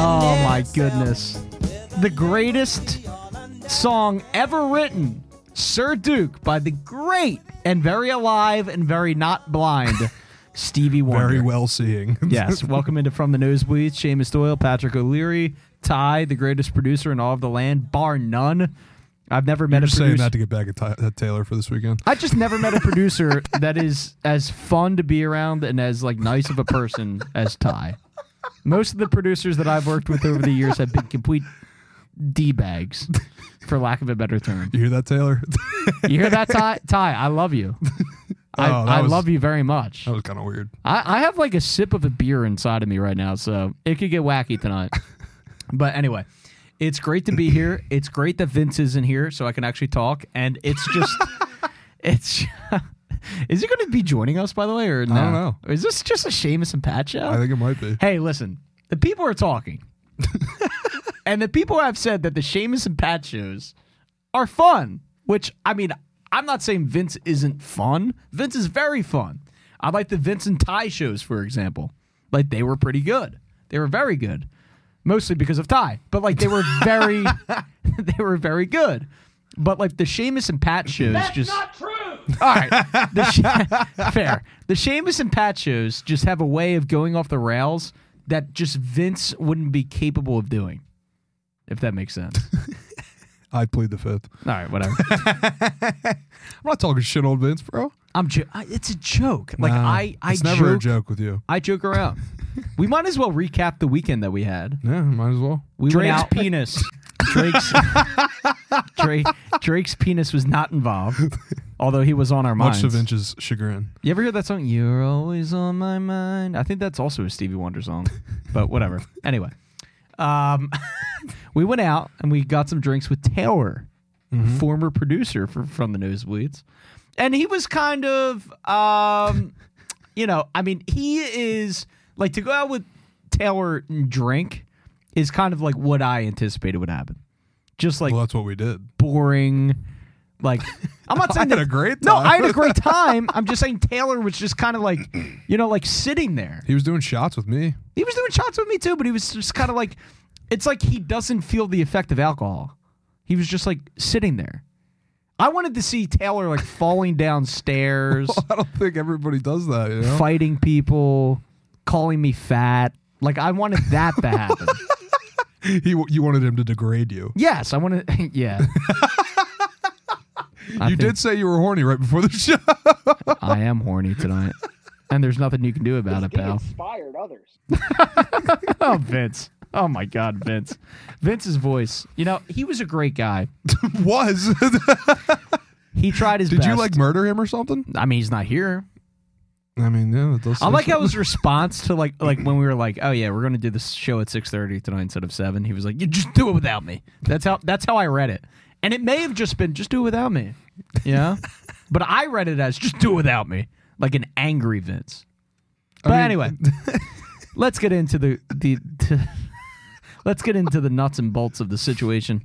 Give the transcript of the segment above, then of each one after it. Oh my goodness. The greatest song ever written, Sir Duke, by the great and very alive and very not blind Stevie Wonder. Very well seeing. Yes. Welcome into From the Nosebleeds. Seamus Doyle, Patrick O'Leary, Ty, the greatest producer in all of the land, bar none. I've never met I'm a just saying producer. that to get back at, Ty- at Taylor for this weekend. I just never met a producer that is as fun to be around and as like nice of a person as Ty. Most of the producers that I've worked with over the years have been complete d bags, for lack of a better term. You hear that, Taylor? You hear that, Ty? Ty, I love you. I, Oh, that I was- love you very much. that was kind of weird. I, I have like a sip of a beer inside of me right now, so it could get wacky tonight. but anyway, it's great to be here. It's great that Vince is in here, so I can actually talk. And it's just, it's. is he going to be joining us by the way, or no? don't know. Is this just a Seamus and Pat show? I think it might be. hey, listen, the people are talking, and the people have said that the Seamus and Pat shows are fun. Which I mean, I'm not saying Vince isn't fun. Vince is very fun. I like the Vince and Ty shows, for example. Like they were pretty good. They were very good, mostly because of Ty. But like they were very, they were very good. But like the Seamus and Pat shows, just all right. The Sh- fair. The Seamus and Pat shows just have a way of going off the rails that just Vince wouldn't be capable of doing, if that makes sense. I plead the fifth. All right, whatever. I'm not talking shit on Vince, bro. I'm. Jo- I, it's a joke. Like Nah, I, I it's joke, never a joke with you. I joke around. we might as well recap the weekend that we had. Yeah, might as well. We Drake's went out. penis. Drake's Drake, Drake's penis was not involved, although he was on our minds. Much to Vince's chagrin. You ever hear that song? You're always on my mind. I think that's also a Stevie Wonder song, but whatever. Anyway, um, we went out and we got some drinks with Taylor, former producer for, from the Nosebleeds, and he was kind of, um, you know, I mean, he is like to go out with Taylor and drink is kind of like what I anticipated would happen, just like Well, that's what we did. boring. Like, I'm not saying had that- a great No, time. I had a great time. I'm just saying Taylor was just kind of like, you know, like sitting there. He was doing shots with me. He was doing shots with me too, but he was just kind of like, it's like he doesn't feel the effect of alcohol. He was just like sitting there. I wanted to see Taylor like falling downstairs, I don't think everybody does that. You know? fighting people, calling me fat. Like I wanted that to happen. He, you wanted him to degrade you. yes, I wanted. Yeah. I you think- did say you were horny right before the show. I am horny tonight. And there's nothing you can do about it, He pal. inspired others. Oh, Vince. Oh my God, Vince. Vince's voice. You know, he was a great guy. was He tried his did best. you like murder him or something? I mean, he's not here. I mean, yeah, it does. I say like how something. his response to like like when we were like, oh yeah, we're gonna do this show at six thirty tonight instead of seven. He was like, you just do it without me. That's how that's how I read it, and it may have just been just do it without me. Yeah, but I read it as just do it without me, like an angry Vince. But mean- anyway, let's get into the the. the Let's get into the nuts and bolts of the situation,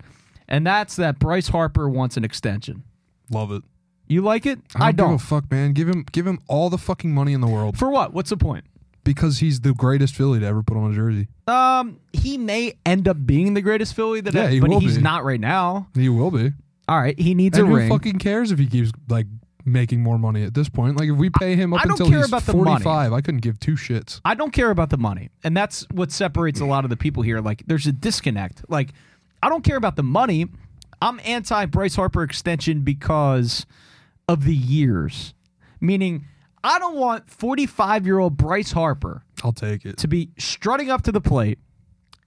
and that's that Bryce Harper wants an extension. love it. You like it? I don't, give a fuck, man. Give him, give him all the fucking money in the world For what? What's the point? because he's the greatest Philly to ever put on a jersey. Um, he may end up being the greatest Philly that, Yeah, he but will he's be. not right now. He will be. All right, he needs and a who ring. fucking cares if he keeps like making more money at this point? Like if we pay him up I don't until care he's about the money. forty-five, I couldn't give two shits. I don't care about the money, and that's what separates a lot of the people here. Like, there's a disconnect. Like, I don't care about the money. I'm anti Bryce Harper extension because of the years, meaning I don't want 45 year old Bryce Harper I'll take it. to be strutting up to the plate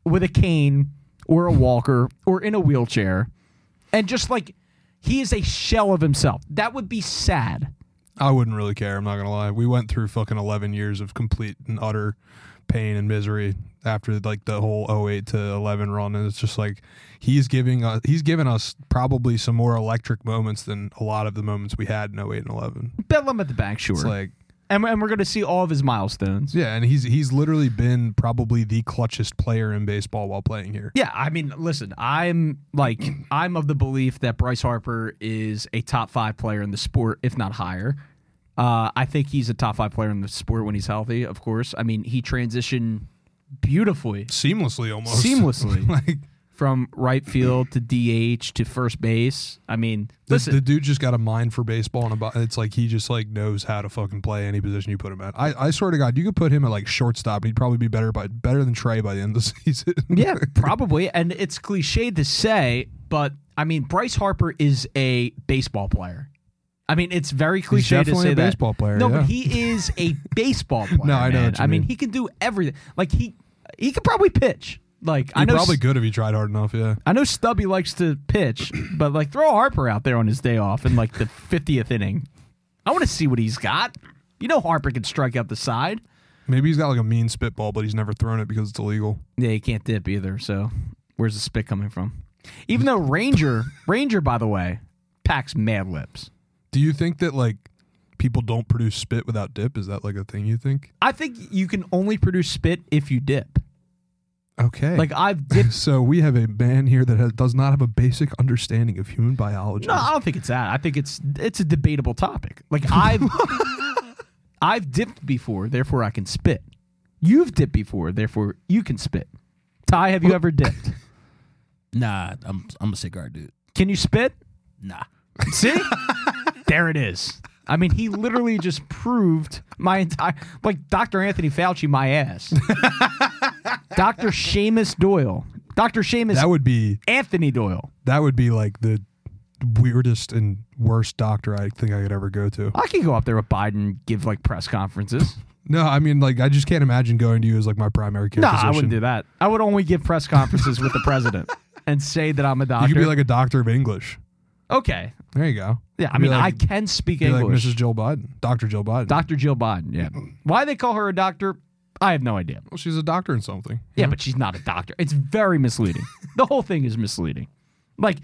with a cane or a walker or in a wheelchair and just like he is a shell of himself. That would be sad. I wouldn't really care. I'm not gonna lie. We went through fucking 11 years of complete and utter pain and misery after like the whole 08 to 11 run, and it's just like he's giving us he's given us probably some more electric moments than a lot of the moments we had in 08 and 11. Bedlam at the back, sure. It's like and, and we're going to see all of his milestones. yeah, and he's he's literally been probably the clutchest player in baseball while playing here. Yeah, I mean, listen, I'm like I'm of the belief that Bryce Harper is a top five player in the sport, if not higher. Uh, I think he's a top five player in the sport when he's healthy. Of course, I mean he transitioned beautifully, seamlessly almost. Seamlessly. like from right field to DH to first base. I mean, this, listen, the dude just got a mind for baseball and about it's like he just like knows how to fucking play any position you put him at. I, I swear to God, you could put him at like shortstop, he'd probably be better by better than Trey by the end of the season. yeah, probably. And it's cliche to say, but I mean, Bryce Harper is a baseball player. I mean, it's very cliche to definitely say a that. baseball player, No, but yeah. he is a baseball player. I know man. what you I mean, mean. he can do everything. Like he, he could probably pitch. Like I he know, probably S- could if he tried hard enough, yeah. I know Stubby likes to pitch, but like throw Harper out there on his day off in like the fiftieth inning. I want to see what he's got. You know, Harper can strike out the side. Maybe he's got like a mean spitball, but he's never thrown it because it's illegal. Yeah, you can't dip either. So, where's the spit coming from? Even though Ranger, Ranger, by the way, packs mad lips. Do you think that like people don't produce spit without dip? Is that like a thing you think? I think you can only produce spit if you dip. Okay. Like I've dipped. so we have a man here that has, does not have a basic understanding of human biology. No, I don't think it's that. I think it's it's a debatable topic. Like I've I've dipped before, therefore I can spit. You've dipped before, therefore you can spit. Ty, have you ever dipped? Nah, I'm I'm a cigar dude. Can you spit? Nah. See? there it is. I mean, he literally just proved my entire like Dr. Anthony Fauci, my ass. Dr. Seamus Doyle. Dr. Seamus That would be Anthony Doyle. that would be like the weirdest and worst doctor I think I could ever go to. I could go up there with Biden, give like press conferences. No, I mean like I just can't imagine going to you as like my primary care No, physician. I wouldn't do that. I would only give press conferences with the president and say that I'm a You doctor. could be like a doctor of English. okay. There you go. Yeah, I Be mean, like- I can speak Be like English. Mrs. Jill Biden, Doctor Jill Biden. Dr. Jill Biden, yeah. Why they call her a doctor, I have no idea. well, she's a doctor in something. Yeah, but she's not a doctor. It's very misleading. the whole thing is misleading. Like,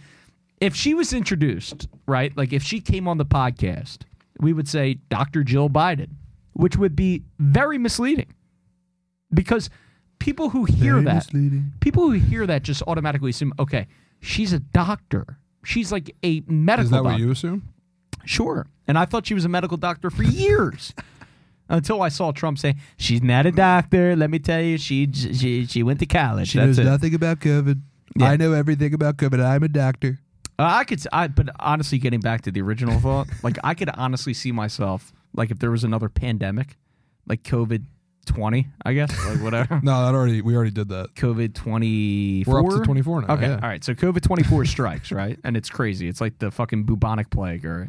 if she was introduced, right? Like, if she came on the podcast, we would say Dr. Jill Biden, which would be very misleading because people who hear Very that, misleading. people who hear that just automatically assume, okay, she's a doctor. She's like a medical Is that doctor. what you assume? Sure. And I thought she was a medical doctor for years. Until I saw Trump say, "She's not a doctor." Let me tell you, she j- she she went to college. That's it. nothing about COVID. Yeah. I know everything about COVID. I'm a doctor. Uh, I could, s- I, but honestly, getting back to the original thought, like I could honestly see myself, like if there was another pandemic, like COVID twenty, I guess, like whatever, No, that already we already did that. COVID twenty We're four. up to 24 now. Okay, yeah. all right. So COVID twenty four strikes, right? And it's crazy. It's like the fucking bubonic plague, or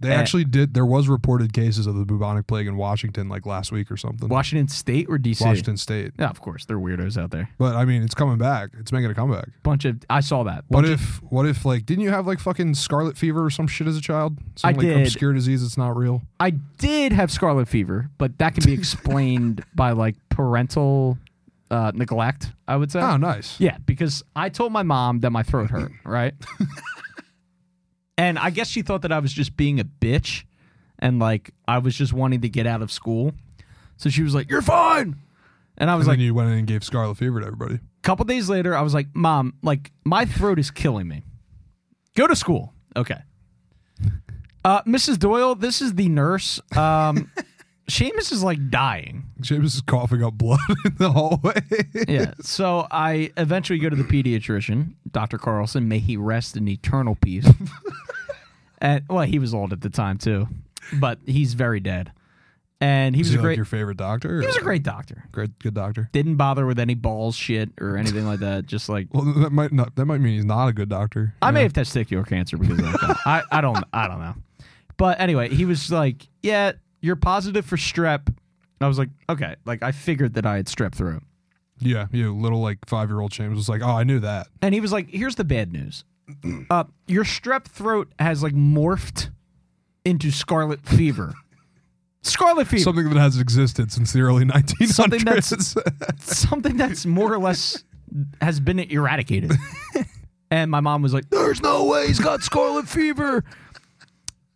They Uh, actually did. There was reported cases of the bubonic plague in Washington like last week or something. Washington State or DC. Washington State. Yeah, of course, they're weirdos out there. But I mean, it's coming back. It's making a comeback. Bunch of I saw that. What Bunch of- if? What if? Like, didn't you have like fucking scarlet fever or some shit as a child? Some I like did. obscure disease that's not real. I did have scarlet fever, but that can be explained by like parental uh, neglect. I would say. Oh, nice. Yeah, because I told my mom that my throat hurt, right? and I guess she thought that I was just being a bitch and like I was just wanting to get out of school. So she was like, "You're fine." And I was And like, then you went in and gave scarlet fever to everybody. a couple days later, I was like, "Mom, like my throat is killing me. Go to school." Okay. Uh, Mrs. Doyle, this is the nurse. Um, Seamus is like dying. James is coughing up blood in the hallway. yeah. So I eventually go to the pediatrician, Dr. Carlson. May he rest in eternal peace. and well, he was old at the time too, but he's very dead. And he Is was he a like great. your favorite doctor? he was a or- great doctor. great, good doctor. Didn't bother with any balls shit or anything like that. Just like Well, that might not. That might mean he's not a good doctor. I Yeah. may have testicular cancer because of that. I, I don't I don't know. But anyway, he was like, "Yeah, you're positive for strep." And I was like, "Okay." Like I figured that I had strep throat. Yeah, you little like five year old James was like, oh, I knew that. and he was like, "Here's the bad news. Uh, your strep throat has like morphed into scarlet fever. Scarlet fever, Something that has existed since the early 1900s. Something that's- something that's more or less has been eradicated." and my mom was like, "There's no way he's got scarlet fever."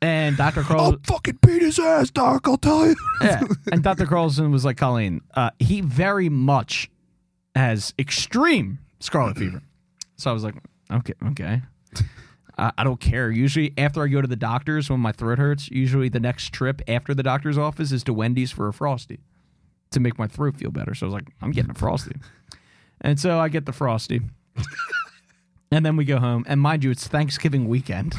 Oh, And Dr. Carl, I'll fucking beat his ass, Doc. I'll tell you. yeah. and Dr. Carlson was like, "Colleen, uh, he very much has extreme scarlet fever." So I was like, "Okay, okay." I I don't care. Usually, after I go to the doctor's when my throat hurts, usually the next trip after the doctor's office is to Wendy's for a frosty. to make my throat feel better. So I was like, I'm getting a frosty, and so I get the frosty, and then we go home. And mind you, it's Thanksgiving weekend,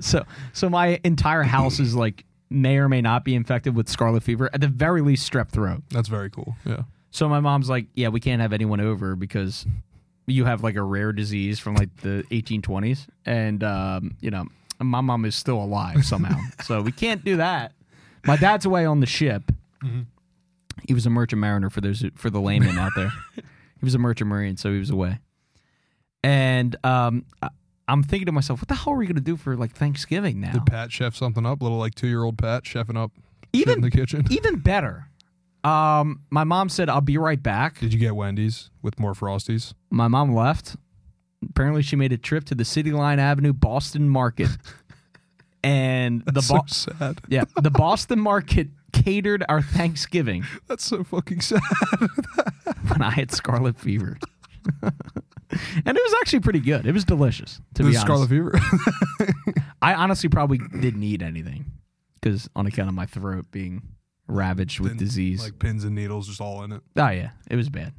so so my entire house is like may or may not be infected with scarlet fever, at the very least strep throat. That's very cool. Yeah. So my mom's like, yeah, we can't have anyone over because you have like a rare disease from like the 1820s, and um, you know my mom is still alive somehow, so we can't do that. My dad's away on the ship. He was a merchant mariner for those for the layman out there. he was a merchant marine, so he was away. And um, I- I'm thinking to myself, what the hell are we gonna do for like Thanksgiving now? Did Pat chef something up? Little like two year old Pat chefing up shit Even- e in the kitchen. Even better. Um, my mom said, "I'll be right back." Did you get Wendy's with more Frosties? my mom left. Apparently, she made a trip to the City Line Avenue Boston Market, and the so Bo- sad. yeah the Boston Market catered our Thanksgiving That's so fucking sad. when I had scarlet fever, and it was actually pretty good. It was delicious. To This be is honest, scarlet fever. I honestly probably didn't eat anything because on account of my throat being ravaged with Then, disease. Like pins and needles just all in it. oh yeah, it was bad.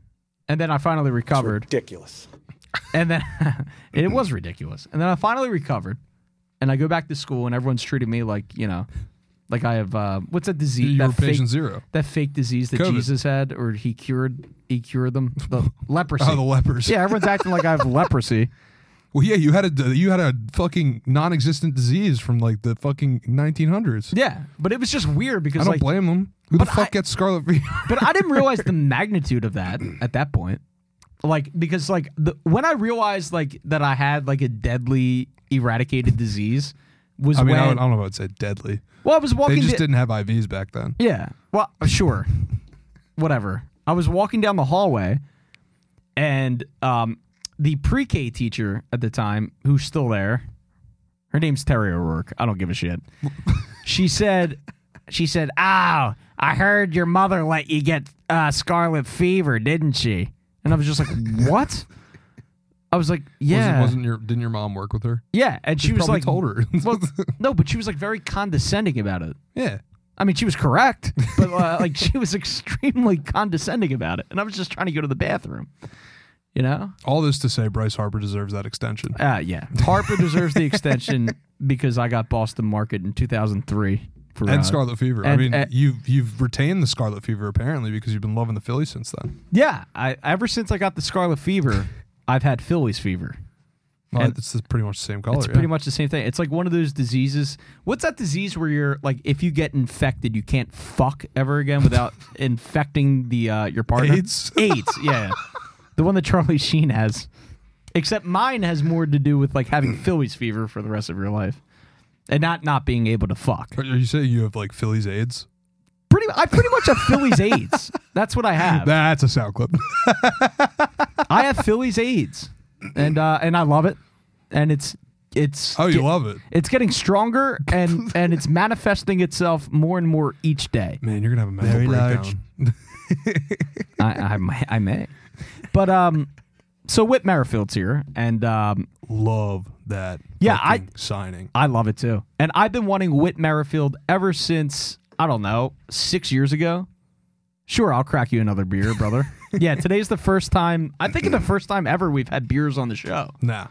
And then I finally recovered. Ridiculous. And then it was ridiculous. And then I finally recovered. And I go back to school and everyone's treating me like, you know, like I have uh, what's that disease? You were That fake, patient zero. that fake disease that COVID. Jesus had or he cured he cured them? The leprosy. Oh, the lepers. yeah, everyone's acting like I have leprosy. Well, yeah, you had a you had a fucking non-existent disease from like the fucking 1900s. Yeah. But it was just weird I because don't like blame them. Who the but fuck I- gets scarlet fever? but I didn't realize the magnitude of that at that point. Like because like the, when I realized like that I had like a deadly eradicated disease was I mean, when I, would, I don't know if I would say deadly. well I was They walking just di- didn't have IVs back then. Yeah. Well, uh, sure. Whatever. I was walking down the hallway, and um, the pre-K teacher at the time, who's still there, her name's Terry O'Rourke. I don't give a shit. she said, she said, "Oh, I heard your mother let you get uh, scarlet fever, didn't she?" And I was just like, "What?" I was like, "Yeah, Wasn't, wasn't your didn't your mom work with her? yeah." And she was probably like, told her. well, no, but she was like very condescending about it. yeah. I mean, she was correct, but uh, like she was extremely condescending about it, and I was just trying to go to the bathroom. You know? All this to say, Bryce Harper deserves that extension. Uh, yeah. Harper deserves the extension because I got Boston Market in 2003 for uh, And scarlet fever. I and- uh, mean, and- you've you've retained the scarlet fever apparently because you've been loving the Phillies since then. Yeah, I ever since I got the scarlet fever, I've had Phillies fever. Well, And- it's pretty much the same color. It's Oh, yeah. pretty much the same thing. It's like one of those diseases. What's that disease where you're like, if you get infected, you can't fuck ever again without infecting the uh, your partner? AIDS? AIDS. Yeah, the one that Charlie Sheen has. Except mine has more to do with like having Phillies fever for the rest of your life, and not not being able to fuck. Are you saying you have like Phillies AIDS? Pretty, I pretty much have Phillies AIDS. That's what I have. That's a sound clip. I have Phillies AIDS, and uh, and I love it, and it's it's Oh, you get- love it, It's getting stronger and and it's manifesting itself more and more each day. man. You're gonna have a mental Very large. breakdown. I I, may- I may, but um, so Whit Merrifield's here, and um, Love that. Yeah, I- fucking signing. I love it too. And I've been wanting Whit Merrifield ever since I don't know six years ago. Sure, I'll crack you another beer, brother. yeah, today's the first time. I think it's the first time ever we've had beers on the show. Nah,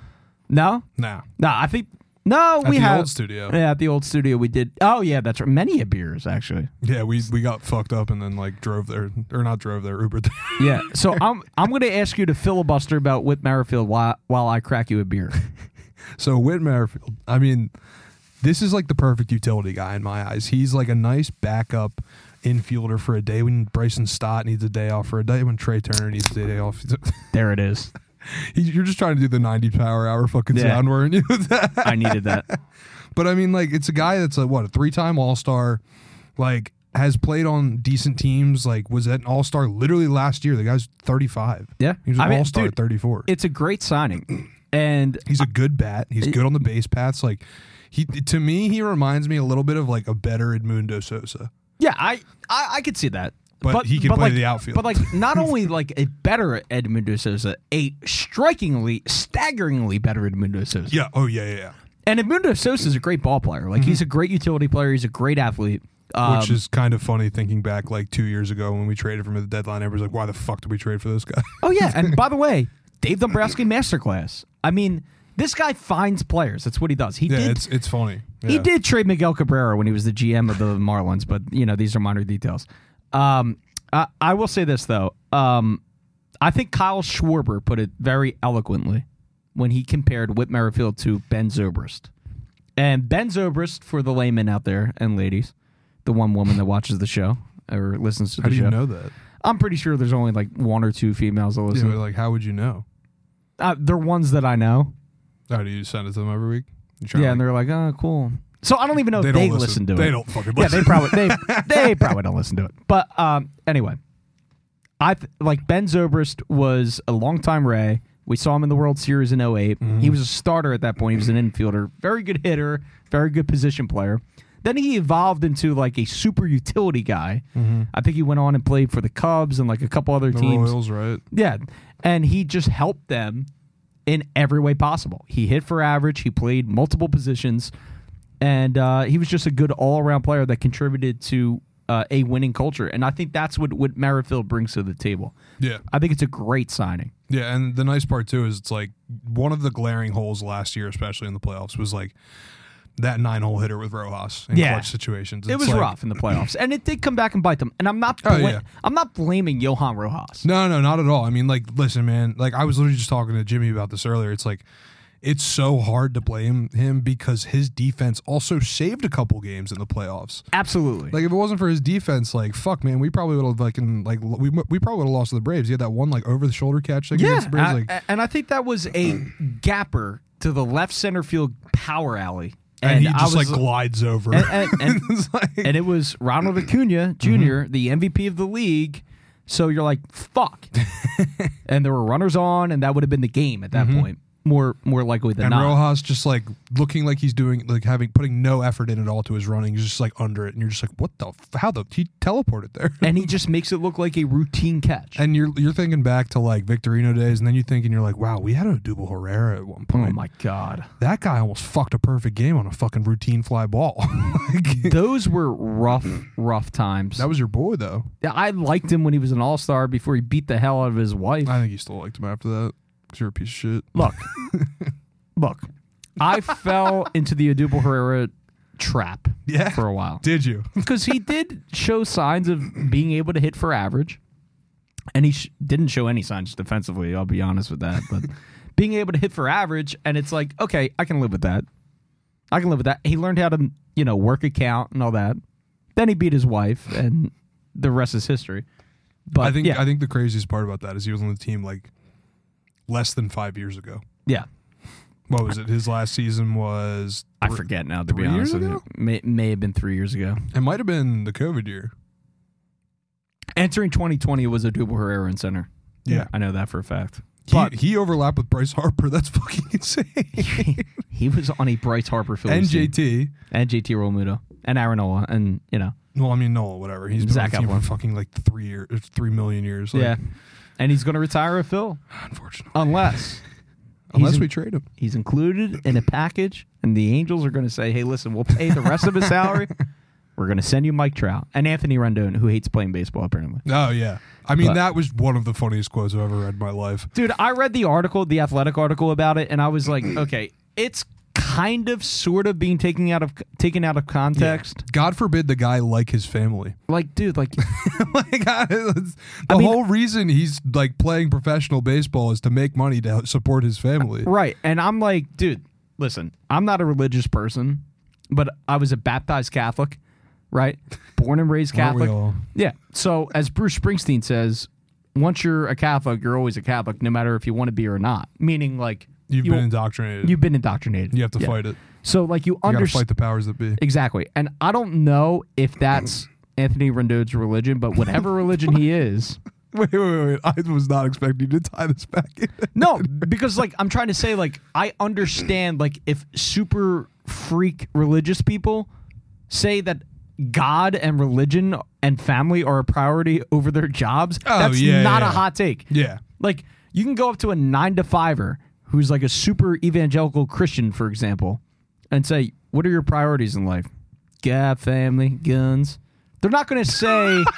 No, nah. no, I think no. At we the have old studio. Yeah, at the old studio we did. Oh yeah, that's right. Many a beers actually. Yeah, we we got fucked up and then like drove there or not drove there, Uber there. Yeah. So I'm I'm going to ask you to filibuster about Whit Merrifield while while I crack you a beer. So Whit Merrifield, I mean, this is like the perfect utility guy in my eyes. He's like a nice backup infielder for a day when Bryson Stott needs a day off, for a day when Trey Turner needs a day off. There it is. He- You're just trying to do the 90 power hour fucking Yeah. sound, weren't you? I needed that. But I mean, like, it's a guy that's a what a three-time All-Star, like has played on decent teams. Like, was at an All-Star literally last year. The guy's 35. Yeah. he was an I mean, All-Star dude, at 34. It's a great signing. And He's a good bat. He's good on the base paths. Like, he to me, he reminds me a little bit of like a better Edmundo Sosa. yeah, I I, I could see that. But he can play like- the outfield. But like not only like a better Edmundo Sosa, a strikingly, staggeringly better Edmundo Sosa. Yeah. Oh yeah. Yeah. yeah. And Edmundo Sosa is a great ball player. Like he's a great utility player. He's a great athlete. Um, Mm-hmm. Which is kind of funny thinking back like two years ago when we traded for him at the deadline. Everybody's like, why the fuck did we trade for this guy? Oh yeah, and by the way, Dave Dombrowski masterclass. I mean, this guy finds players. That's what he does. He yeah, did. it's it's funny. He Yeah. did trade Miguel Cabrera when he was the GM of the Marlins, but you know these are minor details. Um, I, I will say this though. Um, I think Kyle Schwarber put it very eloquently when he compared Whit Merrifield to Ben Zobrist. And Ben Zobrist, for the layman out there and ladies, the one woman that watches the show or listens to How the do you show, know that? I'm pretty sure there's only like one or two females that Yeah, listen. but, like, how would you know? uh, they're ones that I know. How do you send it to them every week? You try Yeah, and and, like, they're like, oh, cool. So I don't even know if they don't listen to they it. don't fucking yeah, listen. they probably they they probably don't listen to it. But um, anyway, I th- like Ben Zobrist was a longtime Ray. We saw him in the World Series in 8 He was a starter at that point. He was an infielder, very good hitter, very good position player. Then he evolved into like a super utility guy. I think he went on and played for the Cubs and like a couple other the teams. Royals, right? Yeah. And he just helped them in every way possible. He hit for average, he played multiple positions, and uh, he was just a good all around player that contributed to uh, a winning culture. And I think that's what, what Merrifield brings to the table. Yeah. I think it's a great signing. Yeah, and the nice part too is it's like one of the glaring holes last year, especially in the playoffs, was like that nine hole hitter with Rojas in Yeah. clutch situations. It It's was like- rough in the playoffs, and it did come back and bite them. And I'm not, Oh, bla- yeah. I'm not blaming Johan Rojas. No, no, not at all. I mean, like, listen, man. Like, I was literally just talking to Jimmy about this earlier. It's like, it's so hard to blame him because his defense also saved a couple games in the playoffs. Absolutely, Like, if it wasn't for his defense, like, fuck, man, we probably would have like, in, like, we we probably would have lost to the Braves. He had that one like over the shoulder catch. Like, yeah. against the Braves. I- like, and I think that was a gapper to the left center field power alley, and, he I just was- like glides over. and, and, and it's like, Mm-hmm. and it was Ronald Acuna junior the MVP of the league. So you're like, fuck. and there were runners on, and that would have been the game at that point. More more likely than Mm-hmm. And not. Rojas just like looking like he's doing like having putting no effort in at all to his running. He's just like under it, and you're just like, what the? F- how the? He teleported there. and he just makes it look like a routine catch. And you're you're thinking back to like Victorino days, and then you think and you're like, wow, we had a Odubel Herrera at one oh point. my god. That guy almost fucked a perfect game on a fucking routine fly ball. Like, Those were rough, rough times. that was your boy though. Yeah, I liked him when he was an all star before he beat the hell out of his wife. I think you still liked him after that because you're a piece of shit. Look, look, I fell into the Adubel Herrera trap Yeah. for a while. Did you? because he did show signs of being able to hit for average, and he sh- didn't show any signs defensively. I'll be honest with that, but being able to hit for average, and it's like, okay, I can live with that. I can live with that. He learned how to, you know, work a count and all that. Then he beat his wife, and the rest is history. But I think yeah, I think the craziest part about that is he was on the team like less than five years ago. yeah, What was it? His last season was I forget now. To be three honest years with you, ago? may, may have been three years ago. It might have been the COVID year. Entering 2020 was a double Herrera in center. Yeah. I know that for a fact. He, But he overlapped with Bryce Harper. That's fucking insane. he, he was on a Bryce Harper Phillies team. NJT. and JT Realmuto and Aaronola and you know Well, I mean, no, whatever. He's been Zach on the team Eflin. for fucking like three years, three million years. Like, yeah, and he's going to retire a Phil Unfortunately. unless Unless in- we trade him. he's included in a package and the Angels are going to say, hey, listen, we'll pay the rest of his salary. We're going to send you Mike Trout and Anthony Rendon, who hates playing baseball apparently. Oh, yeah. I mean, But- that was one of the funniest quotes I've ever read in my life. Dude, I read the article, the athletic article about it, and I was like, okay, it's kind of sort of being taken out of taken out of context. God forbid the guy like his family. Like, dude, like like, I- it's- the I mean- whole reason he's like playing professional baseball is to make money to help support his family. Right. And I'm like, dude, listen, I'm not a religious person, but I was a baptized Catholic, right? Born and raised Aren't we Catholic. all? Yeah. So, as Bruce Springsteen says, once you're a Catholic, you're always a Catholic, no matter if you want to be or not. Meaning, like, You've you- been indoctrinated. You, you've been indoctrinated. have to Yeah. fight it. So, like, you You got to understand. fight the powers that be. Exactly. And I don't know if that's Anthony Rendon's religion, but whatever religion he is. Wait, wait, wait, wait. I was not expecting you to tie this back in. No, because like I'm trying to say, like I understand, like if super freak religious people say that God and religion and family are a priority over their jobs, Oh, that's yeah, not yeah. a hot take. Yeah. Like you can go up to a nine to fiver who's like a super evangelical Christian, for example, and say, "What are your priorities in life? God, family, guns. They're not going to say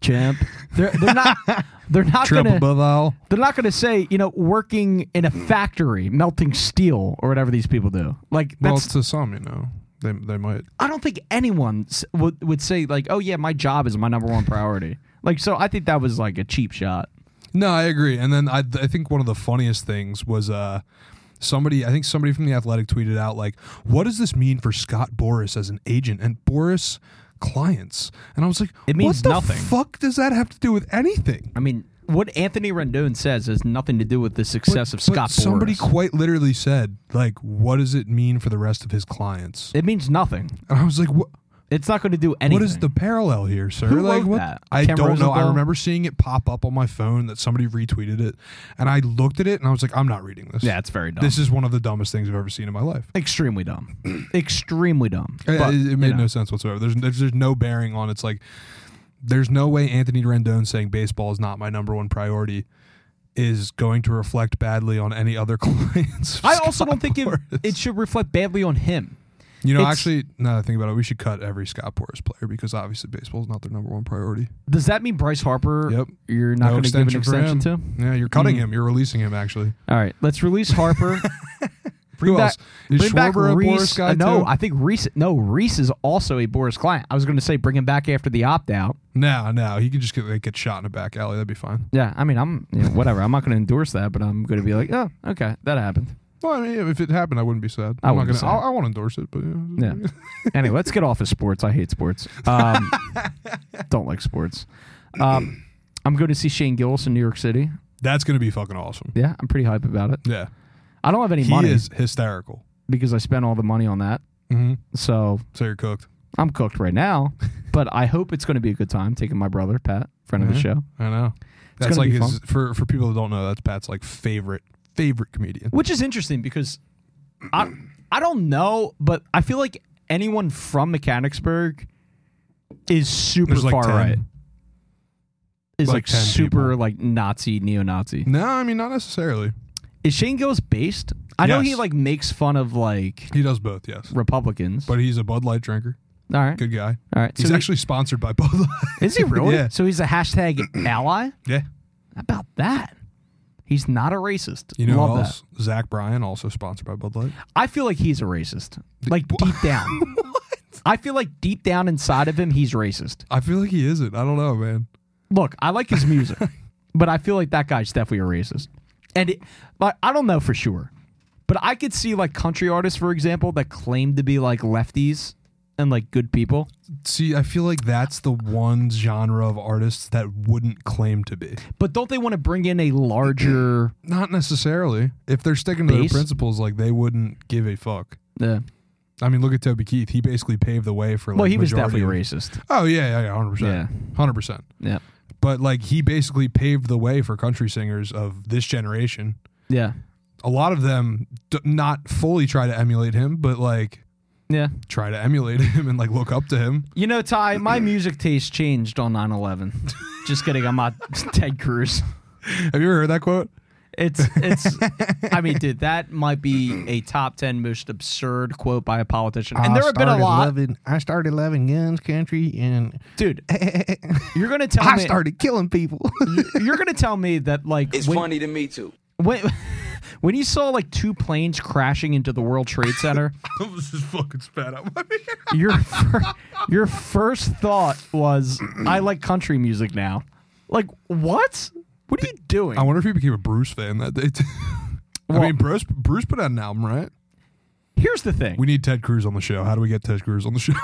champ. They're, they're not. They're not Trump going to. above all. They're not going to say, you know, working in a factory, melting steel, or whatever these people do. Like Well, that's. to some, you know, they they might. I don't think anyone s- would would say like, oh yeah, my job is my number one priority. Like, so I think that was like a cheap shot. No, I agree. And then I, I think one of the funniest things was uh, somebody, I think somebody from The Athletic tweeted out, like, what does this mean for Scott Boris as an agent and Boris clients? And I was like, It means what the nothing. fuck does that have to do with anything? I mean, what Anthony Rendon says has nothing to do with the success of But Scott somebody Boras. quite literally said, like, what does it mean for the rest of his clients? it means nothing. And I was like, what? It's not going to do anything. What is the parallel here, sir? Who like wrote what? that? I Ken don't know. I Rosenthal? remember seeing it pop up on my phone that somebody retweeted it, and I looked at it and I was like, I'm not reading this. Yeah, it's very dumb. This is one of the dumbest things I've ever seen in my life. extremely dumb. extremely dumb. But, it, it made you know, no sense whatsoever. There's, there's there's no bearing on it's like there's no way Anthony Rendon saying baseball is not my number one priority is going to reflect badly on any other clients. of I also Scott don't think it, Boras. it should reflect badly on him. you know it's- actually now that I think about it, we should cut every Scott Boras player because obviously baseball is not their number one priority. Does that mean Bryce Harper? Yep. You're not no going to give an for extension to? him. Yeah, you're cutting Mm. him. You're releasing him actually. All right, let's release Harper. Who back- else? Is bring back Schwarber a Reese. Boris guy uh, no, too? I think Reese. No, Reese is also a Boris client. I was going to say bring him back after the opt out. no, no. He could just get, like, get shot in the back alley. That'd be fine. Yeah, I mean, I'm you know, whatever. I'm not going to endorse that, but I'm going to be like, oh, okay, that happened. Well, I mean, if it happened, I wouldn't be sad. I I'm not wouldn't be gonna. sad. I, I won't endorse it, but Yeah. anyway, let's get off of sports. I hate sports. Um, don't like sports. Um, I'm going to see Shane Gillis in New York City. That's gonna be fucking awesome. Yeah, I'm pretty hype about it. Yeah, I don't have any he money is hysterical. because I spent all the money on that. Mm-hmm. So So you're cooked. I'm cooked right now, but I hope it's going to be a good time taking my brother, Pat, friend of the Yeah. show, I know. That's gonna like be his for for people that don't know. That's Pat's like favorite favorite comedian. which is interesting because I, I don't know, but I feel like anyone from Mechanicsburg is super There's like far 10. right. Is Like like, Mm. 10 super people. like Nazi, neo Nazi. No, I mean not necessarily. Is Shane Gillis based? I know he Yes. like makes fun of like He does both. Yes, Republicans. but he's a Bud Light drinker. all right, Good guy. all right. He's so he- actually sponsored by Bud Light. is he really? Yeah. So he's a hashtag ally. yeah. How about that? He's not a racist. You know Love who that. else? Zach Bryan also sponsored by Bud Light. I feel like he's a racist. Like deep down. I feel like deep down inside of him, he's racist. I feel like he isn't. I don't know, man. Look, I like his music, but I feel like that guy's definitely a racist. And it, like, I don't know for sure, but I could see like country artists, for example, that claim to be like lefties and like good people. See, I feel like that's the one genre of artists that wouldn't claim to be. But don't they want to bring in a larger? Not necessarily. If they're sticking to their Base? principles, like they wouldn't give a fuck. Uh, I mean, look at Toby Keith. He basically paved the way for. Like, well, he was majority definitely of- racist. Oh yeah, yeah, hundred percent, hundred percent. Yeah, But like, he basically paved the way for country singers of this generation. yeah, A lot of them d- not fully try to emulate him, but like yeah. try to emulate him and like look up to him. You know, Ty, my music taste changed on 9/11. Just kidding. I'm not Ted Cruz. Have you ever heard that quote? It's it's. I mean, dude, that might be a top ten most absurd quote by a politician, and there have been a lot, I started loving guns, country, and dude. You're gonna tell me killing people. you're gonna tell me that like It's when, funny to me too. when when you saw like two planes crashing into the World Trade Center, this is fucking spat out. your fir- your first thought was, "I like country music now." Like what? What are you doing? I wonder if he became a Bruce fan that day. Too. I Well- mean, Bruce Bruce put out an album, right? Here's the thing: We need Ted Cruz on the show. How do we get Ted Cruz on the show?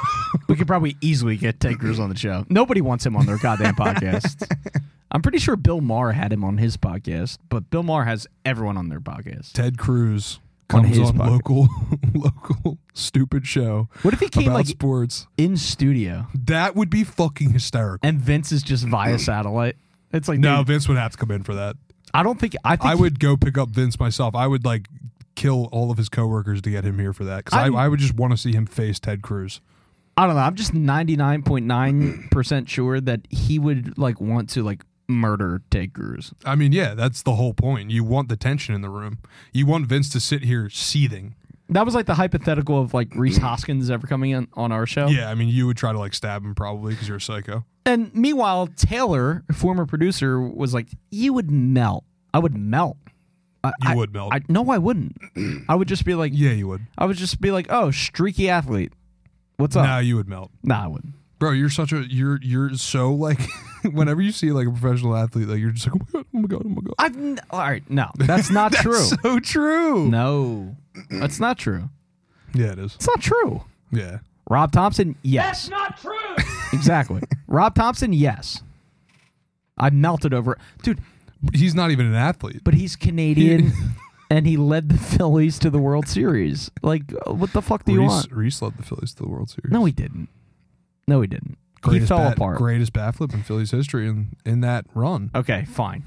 We could probably easily get Ted Cruz on the show. Nobody wants him on their goddamn podcast. I'm pretty sure Bill Maher had him on his podcast, but Bill Maher has everyone on their podcast. Ted Cruz On comes his on, podcast. local local stupid show What if he came about like sports. in studio That would be fucking hysterical. and Vince is just via satellite? It's like Mm. No, dude, Vince would have to come in for that. I don't think I think I would go pick up Vince myself. I would like kill all of his coworkers to get him here for that because I, I'm- I would just want to see him face Ted Cruz. I don't know. I'm just 99.9% sure that he would like want to like murder Ted Cruz. I mean, yeah, that's the whole point. You want the tension in the room. You want Vince to sit here seething. That was like the hypothetical of like Mm. Reese Hoskins ever coming in on our show. Yeah, I mean, you would try to like stab him probably because you're a psycho. And meanwhile, Taylor, former producer, was like, "You would melt. I would melt. I, You I- would melt. I no, I wouldn't. I would just be like, yeah, you would. I would just be like, oh, streaky athlete. What's No, up? you would melt, Nah, I wouldn't. bro. You're such a you're you're so like. whenever you see like a professional athlete, like you're just like, oh my god, oh my god, oh my god. I've n- all right. No, that's not true. So true. No, that's not true. Yeah, it is. It's not true. Yeah. Rob Thompson, yes. That's not true. exactly. Rob Thompson, yes. I melted over, dude. He's not even an athlete. But he's Canadian, and he led the Phillies to the World Series. Like, what the fuck do you Reese, want? Reese led the Phillies to the World Series. No, he didn't. No, he didn't. he greatest fell bat, apart. Greatest bat flip in Phillies history, in, in that run. Okay, fine.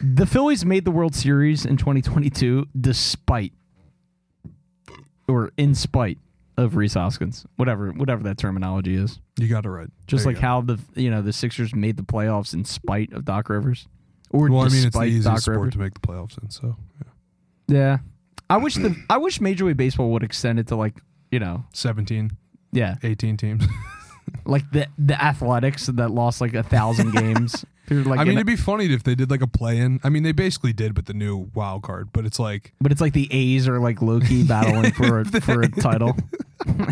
the Phillies made the World Series in 2022 despite or in spite of Reese Hoskins, whatever whatever that terminology is. You got it right. Just There you like go. how the you know the Sixers made the playoffs in spite of Doc Rivers, or Well, I mean, it's despite the easiest Doc sport Rivers. to make the playoffs in. So yeah. Yeah, I wish the I wish Major League Baseball would extend it to like you know 17, yeah 18 teams. like the the Athletics that lost like a thousand games. They're like I mean, in a- it'd be funny if they did like a play-in. I mean, they basically did with the new wild card, but it's like But it's like the A's are like low key battling for a, for a title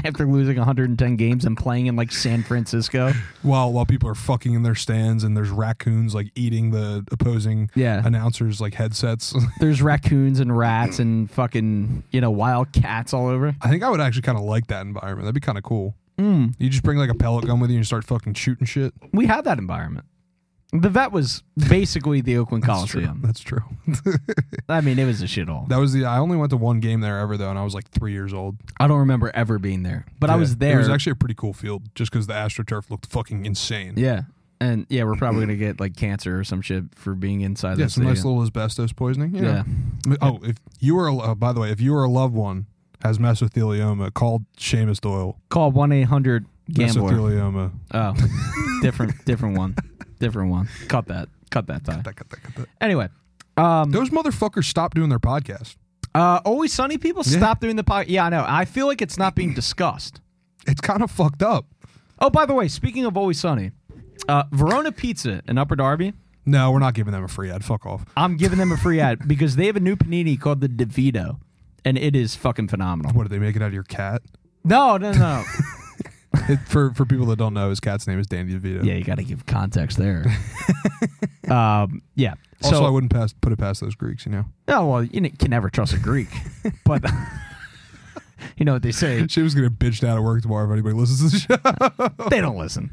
after losing 110 games and playing in like San Francisco. while while people are fucking in their stands and there's raccoons like eating the opposing Yeah. announcers like headsets. There's raccoons and rats and fucking you know wild cats all over. I think I would actually kind of like that environment. That'd be kind of cool. Hmm. You just bring like a pellet gun with you and start fucking shooting shit. We had that environment. The vet was basically the Oakland That's true. Coliseum. That's true. I mean, it was a shithole. That was the. I only went to one game there ever though, and I was like three years old. I don't remember ever being there, but I Yeah. was there. It was actually a pretty cool field, just because the AstroTurf looked fucking insane. yeah, and yeah, we're probably gonna get like cancer or some shit for being inside. Yeah, the some nice stadium. little asbestos poisoning. yeah. Yeah. Oh, if you were, a- uh, by the way, if you were a loved one has mesothelioma, called Seamus Doyle. Call one eight hundred gambler. Mesothelioma. Oh, different, different one, different one. Cut that. Cut that tie. Cut that, cut that. Anyway, um, Those motherfuckers stopped doing their podcast. uh, always sunny people stop doing the podcast. Yeah, I know. I feel like it's not being discussed. It's kind of fucked up. Oh, by the way, speaking of always sunny, uh, Verona Pizza in Upper Darby, No, we're not giving them a free ad. Fuck off. I'm giving them a free ad because they have a new panini called the DeVito, and it is fucking phenomenal. What did they make it out of your cat? No, no, no. It, for for people that don't know, his cat's name is Danny DeVito. yeah, you got to give context there. um, yeah. Also, so, I wouldn't pass put it past those Greeks. You know, oh well, you can never trust a Greek, but you know what they say. she was gonna bitch down at work tomorrow if anybody listens to the show. they don't listen.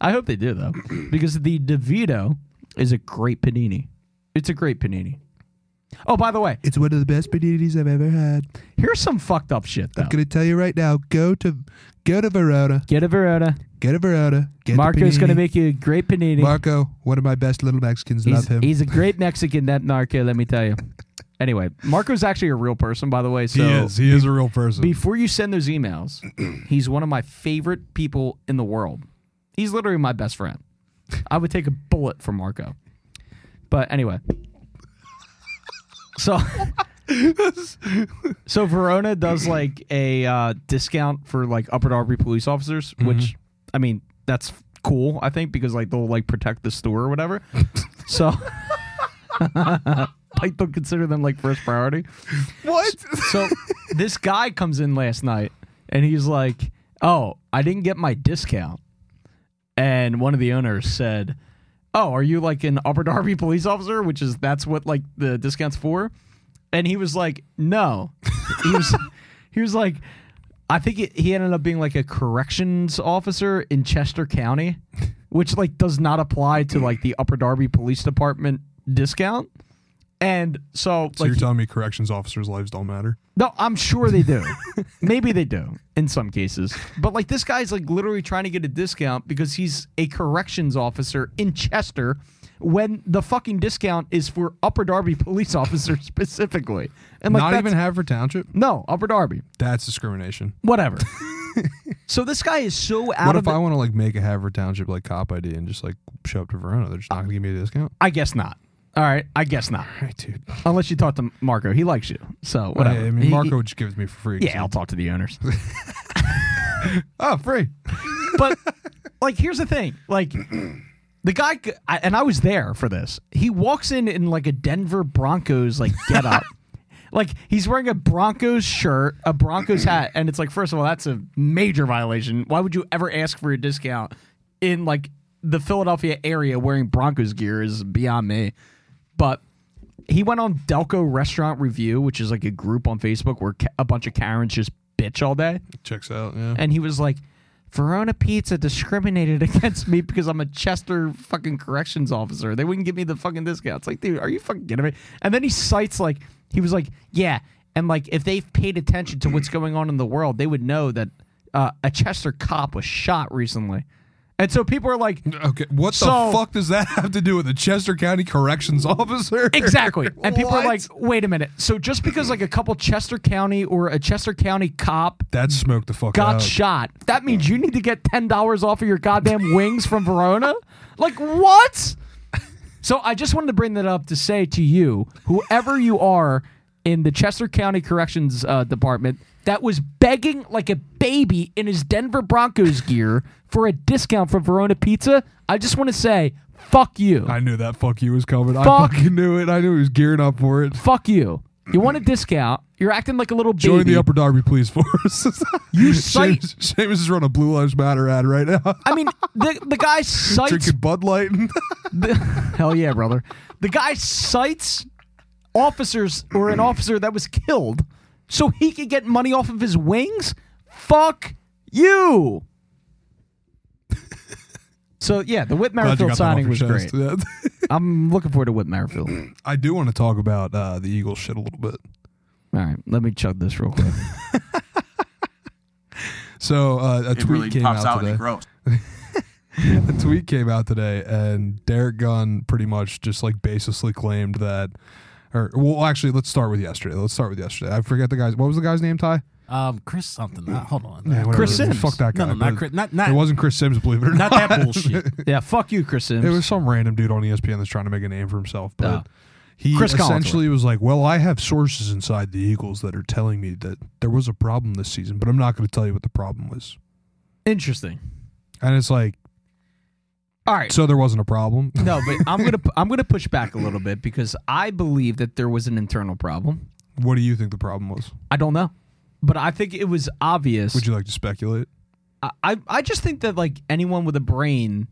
I hope they do though, because the DeVito is a great panini. It's a great panini. Oh, by the way, It's one of the best paninis I've ever had. here's some fucked up shit though. gonna tell you right now. Go to go to Verona. Get a Verona. Get a Verona. Get the Marco's panini. gonna make you a great panini. Marco, one of my best little Mexicans. he's, he's a great Mexican, that Marco. Let me tell you. Anyway, Marco's actually a real person, by the way. So he is. He is a real person. before you send those emails, he's one of my favorite people in the world. He's literally my best friend. I would take a bullet for Marco. But anyway. So So Verona does like a uh, discount for like Upper Darby police officers, which I mean, that's cool, I think, because like they'll like protect the store or whatever. so like they'll consider them like first priority. what? So this guy comes in last night and he's like, "Oh, I didn't get my discount." And one of the owners said, "Oh, are you like an Upper Darby police officer, which is that's what like the discounts for?" And he was like, "No." He was he was like I think it, he ended up being like a corrections officer in Chester County, which like does not apply to like the Upper Darby Police Department discount. And so, So like you're telling me corrections officers' lives don't matter? no, I'm sure they do. Maybe they do in some cases. But like this guy's like literally trying to get a discount because he's a corrections officer in Chester when the fucking discount is for Upper Darby police officers specifically. And like Not that's- even Haverford Township. No, Upper Darby. That's discrimination. Whatever. so this guy is so out what of if it- I want to like make a Haverford Township like cop ID and just like show up to Verona? They're just not gonna give me a discount. I guess not. All right, I guess not. All right, dude. Unless you talk to Marco, he likes you, so But whatever. I, I He- mean, Marco would just give it to me for free. 'cause yeah, I'll talk to the owners. Oh, free. but like here's the thing like the guy c- I- and i was there for this he walks in in like a denver broncos like get up like he's wearing a broncos shirt a broncos hat and it's like first of all that's a major violation why would you ever ask for a discount in like the philadelphia area wearing broncos gear is beyond me but he went on delco restaurant review which is like a group on facebook where ca- a bunch of karens just bitch all day Checks out. Yeah. and he was like, Verona Pizza discriminated against me because I'm a Chester fucking corrections officer. They wouldn't give me the fucking discount. It's like, dude, are you fucking kidding me? And then he cites like he was like, yeah, and like if they've paid attention to what's going on in the world, they would know that uh, a Chester cop was shot recently. And so people are like, Okay. What So- the fuck does that have to do with the Chester County Corrections Officer? Exactly. And people are What? like, wait a minute. So just because like a couple Chester County or a Chester County cop That smoked the fuck got out. shot. That means you need to get ten dollars off of your goddamn wings from Verona. Like what? So I just wanted to bring that up to say to you, whoever you are in the Chester County Corrections uh, Department, that was begging like a baby in his Denver Broncos gear for a discount from Verona Pizza. I just want to say, fuck you, I knew that fuck you was coming. I Fuck. fucking knew it. I knew he was gearing up for it. fuck you. You want a discount? You're acting like a little baby. Join the Upper Darby Police Force. You cite- Seamus, Seamus is running a Blue Lives Matter ad right now. I mean, the the guy cites Drinking Bud Light. The- hell yeah, brother. The guy cites officers or an officer that was killed so he could get money off of his wings? Fuck you. So yeah, the Whit Glad you Merrifield got that off signing your was chest. great. Yeah. I'm looking forward to Whit Merrifield. I do want to talk about uh, the Eagles shit a little bit. All right, let me chug this real quick. So uh, a It tweet really came pops out out and today. it grows. a tweet came out today, and Derek Gunn pretty much just like baselessly claimed that. Or well, actually, let's start with yesterday. Let's start with yesterday. I forget the guy's. What was the guy's name? Ty. Um, Chris something. Uh, hold on. whatever. Chris Sims. Fuck that guy. no, no, not But Chris. Not not It wasn't Chris Sims, believe it or not not. that bullshit. Yeah, fuck you, Chris Sims. It was some random dude on E ESPN that's trying to make a name for himself. But Oh. he Chris Collinsworth. essentially was like, "Well, I have sources inside the Eagles that are telling me that there was a problem this season, but I'm not going to tell you what the problem was." Interesting. And it's like, All right. so there wasn't a problem. No, but I'm going to I'm going to push back a little bit because I believe that there was an internal problem. what do you think the problem was? I don't know. But I think it was obvious. Would you like to speculate? I- I, I just think that like anyone with a brain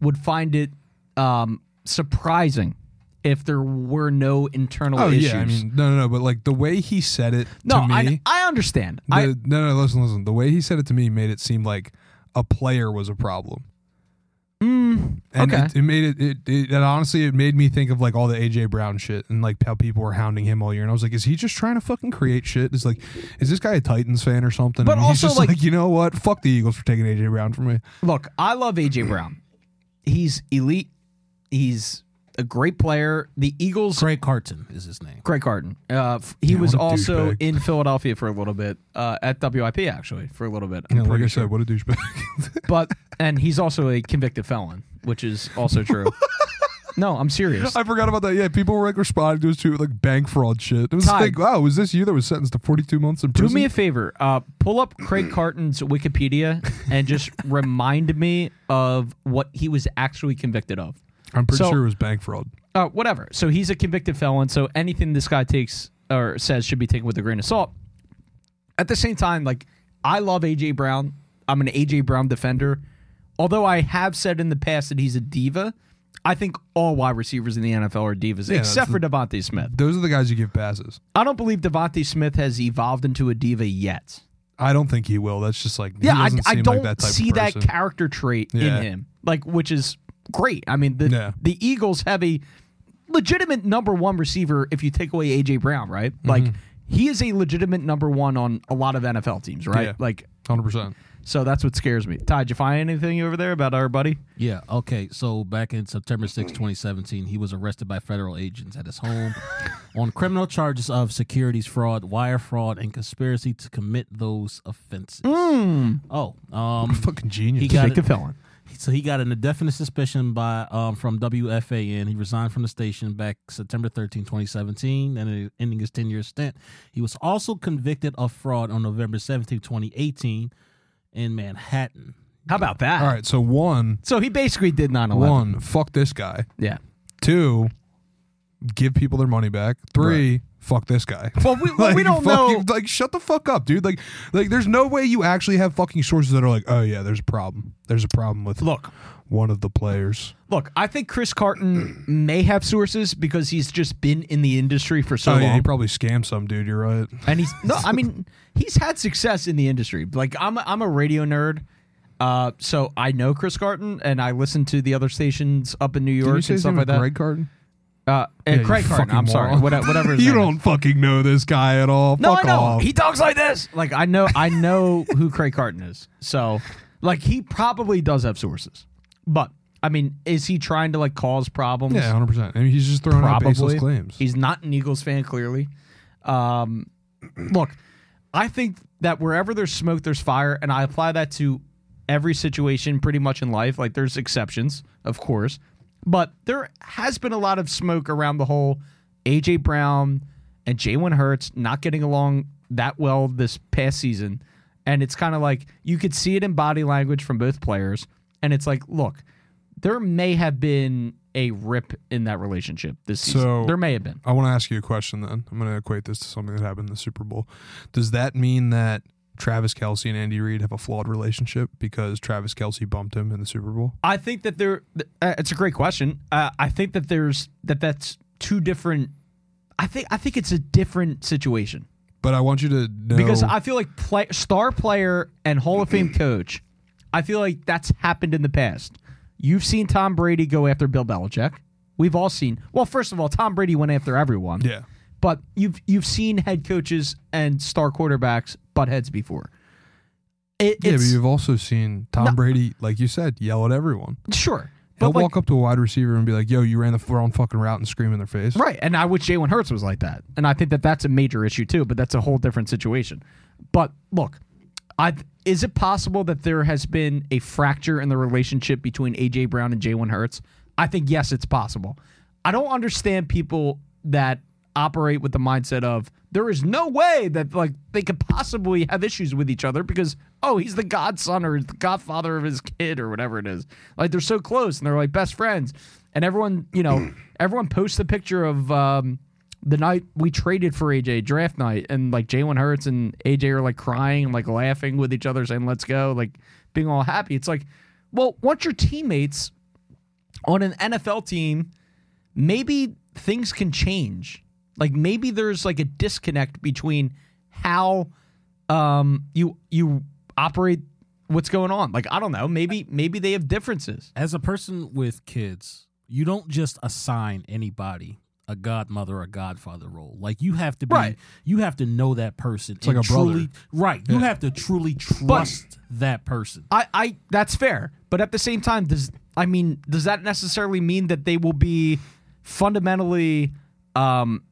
would find it um, surprising if there were no internal Oh issues. yeah, I mean, no, no, no, but like the way he said it no, to me, I, I understand. I, the- no, no, listen, listen. The way he said it to me made it seem like a player was a problem. and Mm, okay. it, it made it, it, it. And honestly, it made me think of like all the AJ Brown shit and like how people were hounding him all year. And I was like, is he just trying to fucking create shit? Is like, is this guy a Titans fan or something? But and he's also, just like- you know what? Fuck the Eagles for taking AJ Brown from me. look, I love AJ Brown. He's elite. He's a great player. The Eagles. Trey Carton is his name. Greg Carton. Uh, f- he was what a also douchebag. in Philadelphia for a little bit uh, at WIP actually for a little bit. I'm Yeah, like pretty I sure. said, what a douchebag. But and he's also a convicted felon, which is also true. no, I'm serious. I forgot about that. Yeah, people were like responding to his tweet with like bank fraud shit. It was Ty. like, wow, was this you that was sentenced to 42 months in Do prison? me a favor. Uh, pull up Craig Carton's Wikipedia and just remind me of what he was actually convicted of. I'm pretty So- sure it was bank fraud. Uh, whatever. So he's a convicted felon. So anything this guy takes or says should be taken with a grain of salt. At the same time, like I love AJ Brown. I'm an AJ Brown defender. Although I have said in the past that he's a diva, I think all wide receivers in the NFL are divas, that's except for the- Devontae Smith. Those are the guys you give passes. I don't believe Devontae Smith has evolved into a diva yet. I don't think he will. That's just like he Yeah, I, doesn't I seem don't like that type see of that person. character trait Yeah. in him, like which is great. I mean, the Yeah. the Eagles have a legitimate number one receiver if you take away AJ Brown, right? Mm-hmm. Like he is a legitimate number one on a lot of NFL teams, right? Yeah. Like Hundred percent. so that's what scares me. Ty, did you find anything over there about our buddy? Yeah. Okay. So back in September 6, 2017, he was arrested by federal agents at his home on criminal charges of securities fraud, wire fraud, and conspiracy to commit those offenses. Oh, um, Hmm. Fucking genius. He got- it. Convicted felon. So he got an indefinite suspicion by um, from WFAN. He resigned from the station back September 13, 2017, and it- ending his 10 year stint. He was also convicted of fraud on November 17, 2018, in Manhattan. How about that? All right, so one, So he basically did 9 11. one, fuck this guy. Yeah. Two, give people their money back. Three, fuck this guy. Well, we, well, we Like, don't fuck you- know. like, shut the fuck up, dude. Like, like, there's no way you actually have fucking sources that are like, oh yeah, there's a problem. There's a problem with Look, one of the players. look, I think Chris Carton may have sources because he's just been in the industry for so oh long. yeah, he probably scammed some dude. You're right. and he's no i mean he's had success in the industry like i'm a, I'm a radio nerd uh, so I know Chris Carton, and I listen to the other stations up in New York and stuff like that. Greg Carden? uh, and Yeah, Craig you Carton, fucking I'm sorry, moron. whatever. whatever his You name is. don't fucking know this guy at all. No, fuck I know off. he talks like this. Like I know, I know who Craig Carton is. So, like he probably does have sources, but I mean, is he trying to like cause problems? yeah, hundred percent. I mean, he's just throwing out probably baseless claims. He's not an Eagles fan, clearly. Um, look, I think that wherever there's smoke, there's fire, and I apply that to every situation pretty much in life. Like there's exceptions, of course, but there has been a lot of smoke around the whole AJ Brown and Jalen Hurts not getting along that well this past season, and it's kind of like you could see it in body language from both players, and it's like, look, there may have been a rip in that relationship this season. So- there may have been. I want to ask you a question then. I'm going to equate this to something that happened in the Super Bowl. Does that mean that Travis Kelsey and Andy Reid have a flawed relationship because Travis Kelsey bumped him in the Super Bowl? I think that there. th- Uh, it's a great question. Uh, I think that there's that that's two different. I think I think it's a different situation But I want you to know because I feel like play, star player and Hall of Fame coach. I feel like that's happened in the past. You've seen Tom Brady go after Bill Belichick. We've all seen. Well, first of all, Tom Brady went after everyone. yeah. But you've you've seen head coaches and star quarterbacks butt heads before. It, Yeah, but it's you've also seen Tom Brady, like you said, yell at everyone. sure. He'll But like, walk up to a wide receiver and be like, "Yo, you ran the wrong fucking route," and scream in their face. Right, and I wish Jalen Hurts was like that, and I think that that's a major issue too. But that's a whole different situation. But look, I is it possible that there has been a fracture in the relationship between AJ Brown and Jalen Hurts? I think yes, it's possible. I don't understand people that operate with the mindset of there is no way that like they could possibly have issues with each other because oh he's the godson or the godfather of his kid or whatever it is like they're so close and they're like best friends and everyone you know everyone posts a picture of um, the night we traded for AJ draft night and like Jalen Hurts and AJ are like crying and like laughing with each other saying let's go like being all happy it's like well once your teammates on an NFL team, maybe things can change. Like maybe there's like a disconnect between how um you you operate what's going on. Like I don't know, maybe maybe they have differences. As a person with kids, you don't just assign anybody a godmother or godfather role. Like you have to be Right. you have to know that person. It's like a brother. truly right. You have to truly trust that person. I I that's fair, but at the same time does I mean, does that necessarily mean that they will be fundamentally um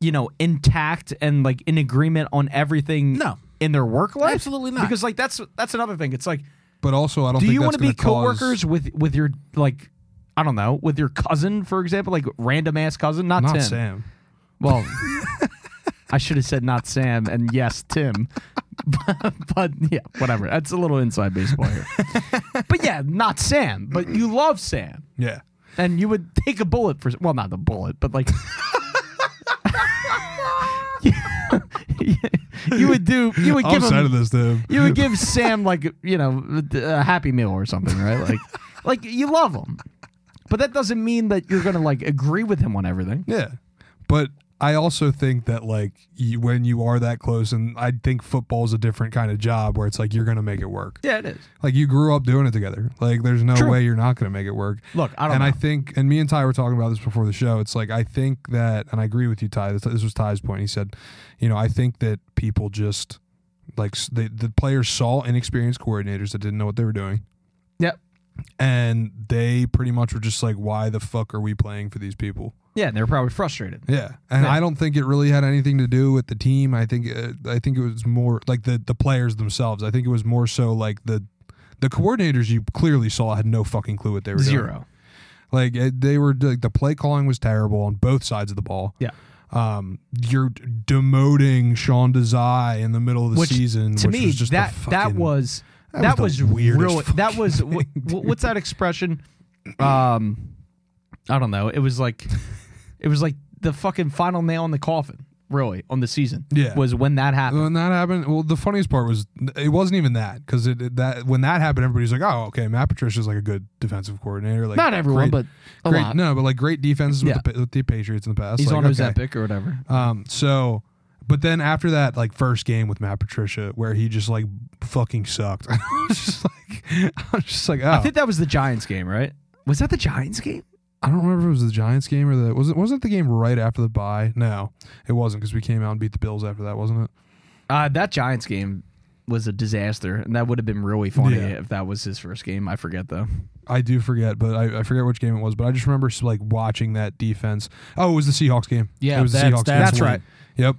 you know, intact and like in agreement on everything No. in their work life? Absolutely not. Because like that's that's another thing. It's like But also, I don't. do think you want to be cause... coworkers with with your like I don't know with your cousin for example like random ass cousin not, Not Tim Sam. well I should have said not Sam and yes Tim but, but yeah whatever that's a little inside baseball here but yeah not Sam but you love Sam Yeah. and you would take a bullet for well not the bullet but like you would do you would I'm give sad him of this, dude. you would give Sam like you know a Happy Meal or something, right? Like, like you love him, but that doesn't mean that you're gonna like agree with him on everything. Yeah. But I also think that like you, when you are that close and I think football's a different kind of job where it's like you're going to make it work. Yeah, it is. Like you grew up doing it together. Like there's no True. way you're not going to make it work. Look, I don't and know. I think and me and Ty were talking about this before the show. It's like I think that and I agree with you Ty. This, this was Ty's point. He said, you know, I think that people just like s- they, the players saw inexperienced coordinators that didn't know what they were doing Yep. and they pretty much were just like why the fuck are we playing for these people? Yeah, and they're probably frustrated. Yeah, and Yeah. I don't think it really had anything to do with the team. I think uh, I think it was more like the the players themselves. I think it was more so like the The coordinators you clearly saw had no fucking clue what they were doing. Zero. Like it- they were like the play calling was terrible on both sides of the ball. Yeah. Um, you're d- demoting Sean Desai in the middle of the Which, season. to which me was just the that that fucking- was that that was was, the weirdest real- that fucking was wh- wh- what's that expression? Um, I don't know. It was like it was like the fucking final nail in the coffin. Really, on the season, Yeah. was when that happened. when that happened. Well, the funniest part was it wasn't even that because it, it- that when that happened, everybody's like, "Oh, okay, Matt Patricia's like a good defensive coordinator." Like Not everyone, great- but a great, lot. no, but like great defenses Yeah. with, the, Pa- with the Patriots in the past. He's like, on okay. Ozempic or whatever. Um, so, but then after that, like first game with Matt Patricia, where he just like fucking sucked. I was just like, I was just like, oh. I think that was the Giants game, right? Was that the Giants game? I don't remember if it was the Giants game or the was it wasn't it the game right after the bye? No, it wasn't because we came out and beat the Bills after that, wasn't it? Uh, that Giants game was a disaster, and that would have been really funny Yeah. if that was his first game. I forget though. I do forget, but I, I forget which game it was. But I just remember like watching that defense. Oh, it was the Seahawks game. Yeah, it was that's- that's That's right. Yep.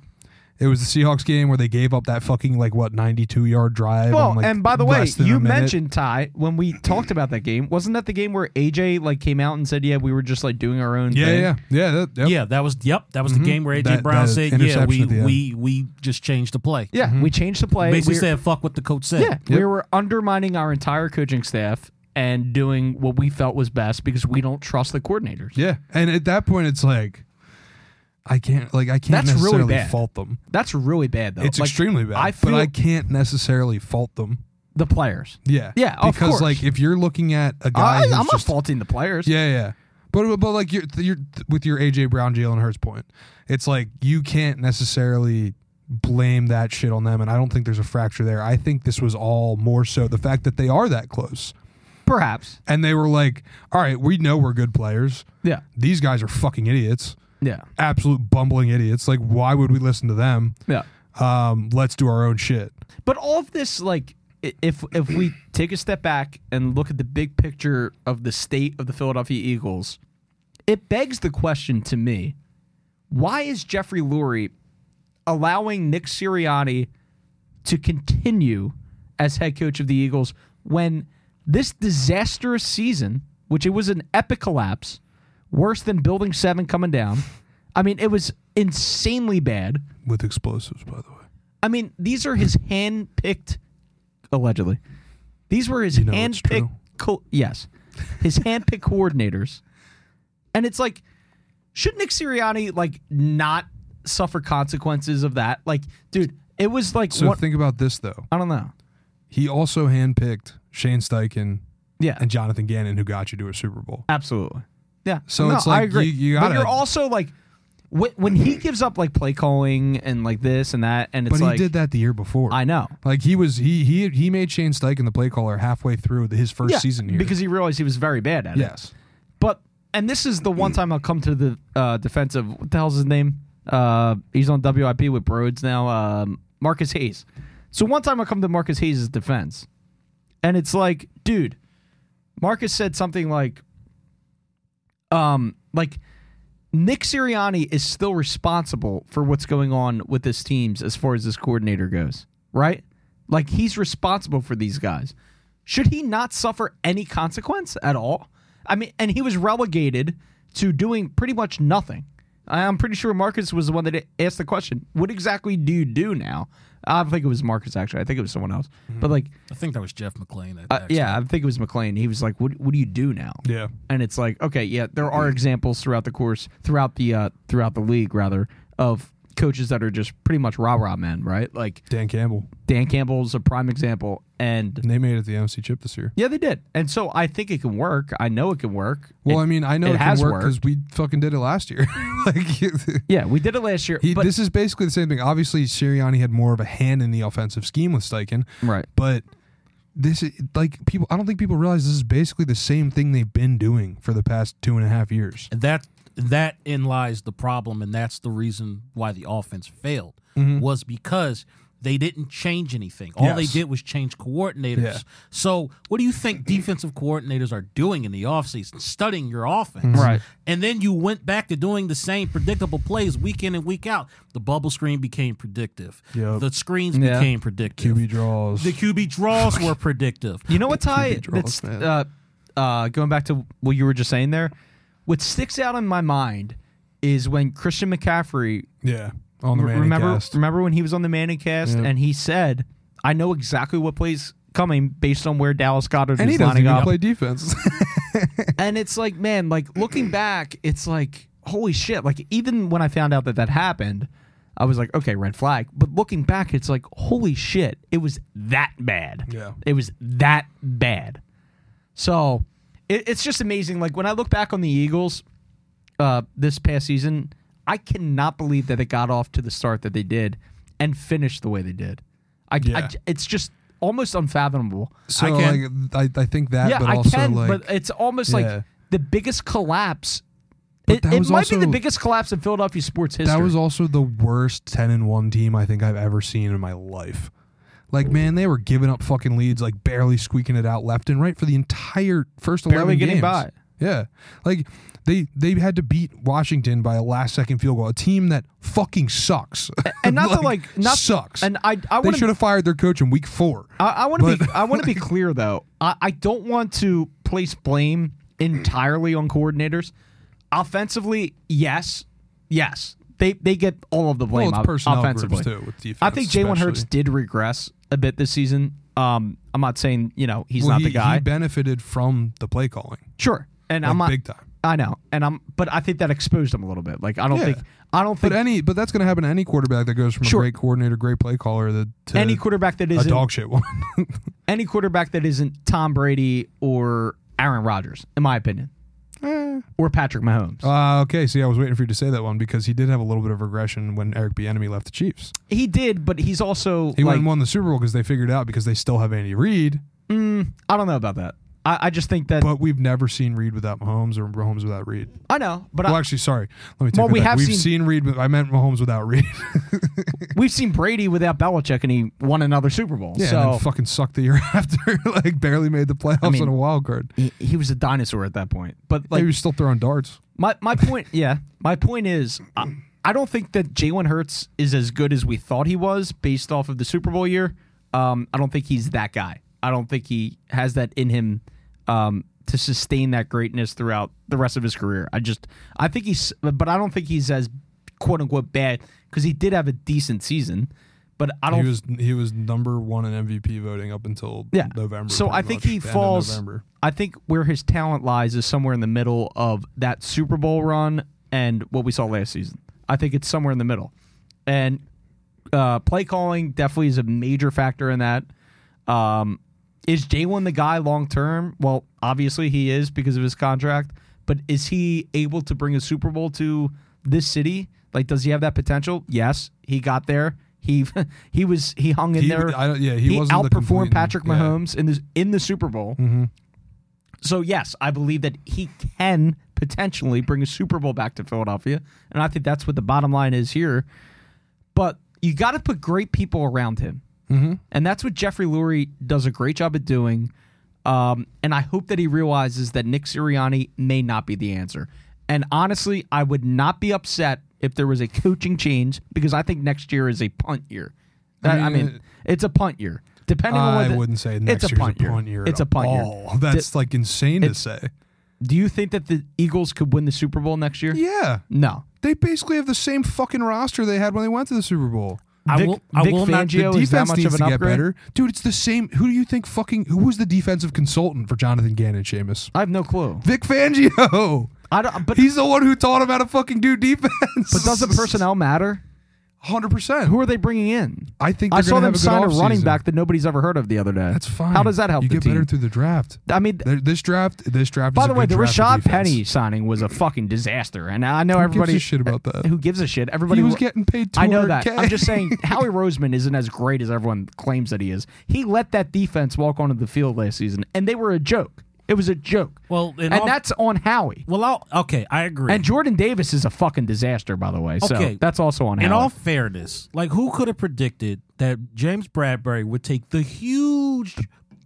It was the Seahawks game where they gave up that fucking like what ninety two yard drive. Well, on, like, and by the way, less than a you minute. mentioned Ty when we talked about that game. Wasn't that the game where AJ like came out and said, "Yeah, we were just like doing our own yeah, thing"? yeah, yeah, that, yep. Yeah, that was yep. That was Mhm. the game where AJ That- Brown that said, "Yeah, interception we at the end. we we just changed the play." yeah. Mm-hmm. We changed the play. basically We- said, "Fuck what the coach said." yeah, we were undermining our entire coaching staff and doing what we felt was best because we don't trust the coordinators. Yeah, and at that point, it's like I can't like I can't That's really necessarily bad. fault them. That's really bad, though. It's Like, extremely bad, I but I feel- can't necessarily fault them. the players. Yeah, Yeah, of because course. like if you're looking at a guy, I, who's I'm not just- faulting the players. Yeah, yeah. But but like you're, you're with your AJ Brown, Jalen Hurts point, it's like you can't necessarily blame that shit on them, and I don't think there's a fracture there. I think this was all more so the fact that they are that close, Perhaps. and they were like, all right, we know we're good players. Yeah. These guys are fucking idiots, Yeah. absolute bumbling idiots. Like, why would we listen to them? Yeah. Um, let's do our own shit. But all of this, like, i- if if we take a step back and look at the big picture of the state of the Philadelphia Eagles, it begs the question to me: Why is Jeffrey Lurie allowing Nick Sirianni to continue as head coach of the Eagles when this disastrous season, which it was an epic collapse, worse than Building Seven coming down? I mean, it was insanely bad. With explosives, by the way. I mean, these are his hand-picked, allegedly. These were his You know it's hand-picked. true. Co- yes, his hand-picked coordinators, and it's like, should Nick Sirianni like not suffer consequences of that? Like, dude, it was like So one- think about this though. I don't know. He also handpicked Shane Steichen Yeah, and Jonathan Gannon, who got you to a Super Bowl. absolutely. Yeah. So No, it's like I agree. you- you but gotta- you're also like, wh- when he gives up like play calling and like this and that, and it's But he like, did that the year before. I know. Like he was he he he made Shane Steichen the play caller halfway through the, his first Yeah, season here. because he realized he was very bad at it. yes, But and this is the one time I'll come to the uh, defense of what the hell's his name? Uh, he's on WIP with Broads now. Um, Marcus Hayes. So one time I come to Marcus Hayes' defense, and it's like, dude, Marcus said something like, um, like Nick Sirianni is still responsible for what's going on with his teams as far as this coordinator goes, right? Like he's responsible for these guys. Should he not suffer any consequence at all? I mean, and he was relegated to doing pretty much nothing. I- I'm pretty sure Marcus was the one that asked the question, "What exactly do you do now?" I don't think it was Marcus actually. I think it was someone else. But like, I think that was Jeff McLean. uh, yeah, I think it was McLean. He was like, "What? What do you do now?" yeah, and it's like okay yeah there are examples throughout the course throughout the uh throughout the league rather of coaches that are just pretty much rah rah men right like Dan Campbell, dan campbell's a prime example and and they made it the NFC chip this year. yeah they did and so i think it can work i know it can work Well, It- I mean, I know it it, has can work because we fucking did it last year. like yeah we did it last year he, but this is basically the same thing. Obviously, Sirianni had more of a hand in the offensive scheme with Steichen, right but this is like people. I don't think people realize this is basically the same thing they've been doing for the past two and a half years. that that Mm-hmm. in lies the problem, and that's the reason why the offense failed was because They didn't change anything. All Yes. they did was change coordinators. Yeah. So, what do you think defensive coordinators are doing in the offseason? Studying your offense. Mm-hmm. Right. And then you went back to doing the same predictable plays week in and week out. The bubble screen became predictive. Yep. The screens Yeah. became predictive. QB draws. The QB draws were predictive. You know what, Ty? QB draws, That's man. uh, uh, going back to what you were just saying there. What sticks out in my mind is when Christian McCaffrey yeah, on the re- man remember cast. remember when he was on the Manning cast Yeah. and he said, "I know exactly what plays coming based on where Dallas Goddard and he is doesn't lining even up." play defense. and it's like, man, like looking back, it's like, holy shit! Like even when I found out that that happened, I was like, okay, red flag. But looking back, it's like, holy shit! It was that bad. Yeah. it was that bad. So it, it's just amazing. Like when I look back on the Eagles uh, this past season, I cannot believe that it got off to the start that they did and finished the way they did. I, I- Yeah. it's just almost unfathomable. so I can- like, I, I think that, yeah, but I also can, like but it's almost Yeah. like the biggest collapse. it that it was might be also- the biggest collapse in Philadelphia sports history. that was also the worst ten and one team I think I've ever seen in my life. Like man, they were giving up fucking leads, like barely squeaking it out left and right for the entire first Barely eleven getting games. by. Yeah, like they they had to beat Washington by a last second field goal, a team that fucking sucks, and not to like not sucks. And I I they want should to have fired their coach in week four. I, I want to be but- I want to be clear though. I, I don't want to place blame entirely on coordinators. Offensively, yes, yes, they they get all of the blame. well, o- it's personnel offensively, groups too with defense. I think Jalen Hurts especially. did regress a bit this season. Um, I'm not saying you know he's Well, not he, the guy. He benefited from the play calling, Sure. And like I'm not, big time. I know. And I'm but I think that exposed him a little bit. Like I don't Yeah. think I don't But think any, but that's going to happen to any quarterback that goes from Sure. a great coordinator, great play caller, that to any quarterback that a isn't dog shit one. any quarterback that isn't Tom Brady or Aaron Rodgers, in my opinion. Or Patrick Mahomes. Eh. uh, okay, see, I was waiting for you to say that one because he did have a little bit of regression when Eric Bieniemy left the Chiefs. he did, but he's also He went like and won the Super Bowl because they figured out because they still have Andy Reid, I don't know about that. I, I just think that but we've never seen Reid without Mahomes or Mahomes without Reid. I know, but Well, I, actually, sorry, let me take Uh, Well, that we back. have We've seen- seen, Reid, but I meant Mahomes without Reid. we've seen Brady without Belichick and he won another Super Bowl. yeah, and so then fucking sucked the year after, like barely made the playoffs mean, on a wild card. he, he was a dinosaur at that point. But like he was still throwing darts. My my point, yeah. My point is, I, I don't think that Jalen Hurts is as good as we thought he was based off of the Super Bowl year. Um, I don't think he's that guy. I don't think he has that in him um, to sustain that greatness throughout the rest of his career. I just, I think he's, but I don't think he's as quote unquote bad because he did have a decent season, but I don't. He was he was number one in MVP voting up until Yeah. November. So pretty I think much, he the end of falls- November. I think where his talent lies is somewhere in the middle of that Super Bowl run and what we saw last season. I think it's somewhere in the middle. And uh, play calling definitely is a major factor in that. Um, is Jalen the guy long term? Well, obviously he is because of his contract, but is he able to bring a Super Bowl to this city? Like, does he have that potential? Yes, he got there. He he was he hung in He- there. I don't- yeah, he wasn't the outperformed complete- Patrick yeah. Mm-hmm. Mahomes in the in the Super Bowl. So yes, I believe that he can potentially bring a Super Bowl back to Philadelphia, and I think that's what the bottom line is here. But you got to put great people around him, mm-hmm. and that's what Jeffrey Lurie does a great job at doing. Um, and I hope that he realizes that Nick Sirianni may not be the answer. And honestly, I would not be upset if there was a coaching change because I think next year is a punt year. I, I mean, mean, it's a punt year. Depending on I what the- wouldn't say next it's a year's punt year. year. It's a at punt year. all. That's like insane to say. Do you think that the Eagles could win the Super Bowl next year? Yeah, No. they basically have the same fucking roster they had when they went to the Super Bowl. I Vic- will, I Vic will not Fangio- Yo, the is that defense much needs of to an get upgrade? better, dude. It's the same. Who do you think fucking who was the defensive consultant for Jonathan Gannon, Seamus? I have no clue. Vic Fangio. I don't. But, He's the one who taught him how to fucking do defense. but does the personnel matter? Hundred percent. Who are they bringing in? I think I they're saw gonna them have a good sign a running offseason. back that nobody's ever heard of the other day. That's fine. How does that help You the get team? better through the draft. I mean, There- This draft, this draft. by is the a way, good the draft for Rashad defense. Penny signing was a fucking disaster, and I know Who everybody gives a shit about that. who gives a shit. Everybody he was wa- getting paid. 200K. I know that. I'm just saying Howie Roseman isn't as great as everyone claims that he is. He let that defense walk onto the field last season, and they were a joke. It was a joke. Well, in and all- that's on Howie. Well, I'll, okay, I agree. And Jordan Davis is a fucking disaster, by the way. So Okay. that's also on in Howie. all fairness, like who could have predicted that James Bradbury would take the huge,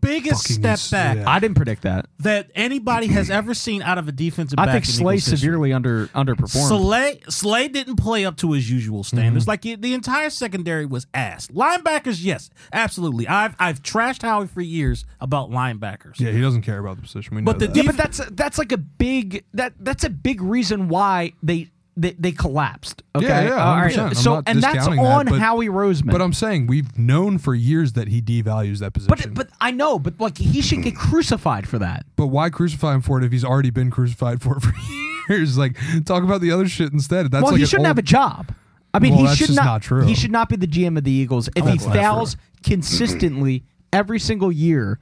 biggest fucking step ins- back yeah. I didn't predict that. that anybody has ever seen out of a defensive I back think in Slay Eagles history. severely under underperformed. Slay, Slay didn't play up to his usual Mm-hmm. standards. Like it- the entire secondary was ass. Linebackers, yes, absolutely. I've I've trashed Howie for years about linebackers. Yeah, he doesn't care about the position. We know But the that. yeah, but def- that's that's like a big that that's a big reason why they they, they collapsed. Okay, yeah, 100%. I'm So not and that's discounting that, on but- Howie Roseman. but I'm saying we've known for years that he devalues that position. but but I know, but like he should get crucified for that. But why crucify him for it if he's already been crucified for it for years? Like, talk about the other shit instead. That's well, like he an shouldn't old- have a job. I mean, Well, he that's should just not. not true. He should not be the GM of the Eagles if he That's not fails consistently every single year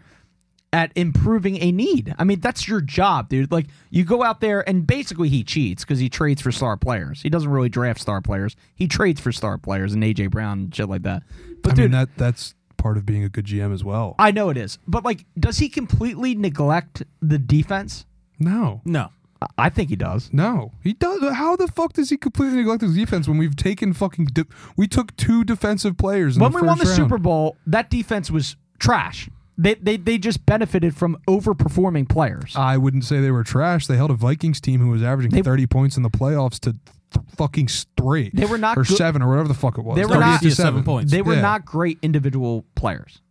at improving a need. I mean, that's your job, dude. Like you go out there and basically he cheats because he trades for star players. He doesn't really draft star players. He trades for star players and AJ Brown and shit like that. But I dude, mean, that that's part of being a good GM as well. I know it is. But like, does he completely neglect the defense? no. No, I- I think he does. No, he does. How the fuck does he completely neglect his defense when we've taken fucking? De- we took two defensive players. In when the we won the first round. Super Bowl, that defense was trash. They, they, they just benefited from overperforming players. I wouldn't say they were trash. They held a Vikings team who was averaging They- 30 points in the playoffs to th- fucking three. They were not or good- seven or whatever the fuck it was. They were 38 not- to Yeah, seven points. they were yeah. not great individual players.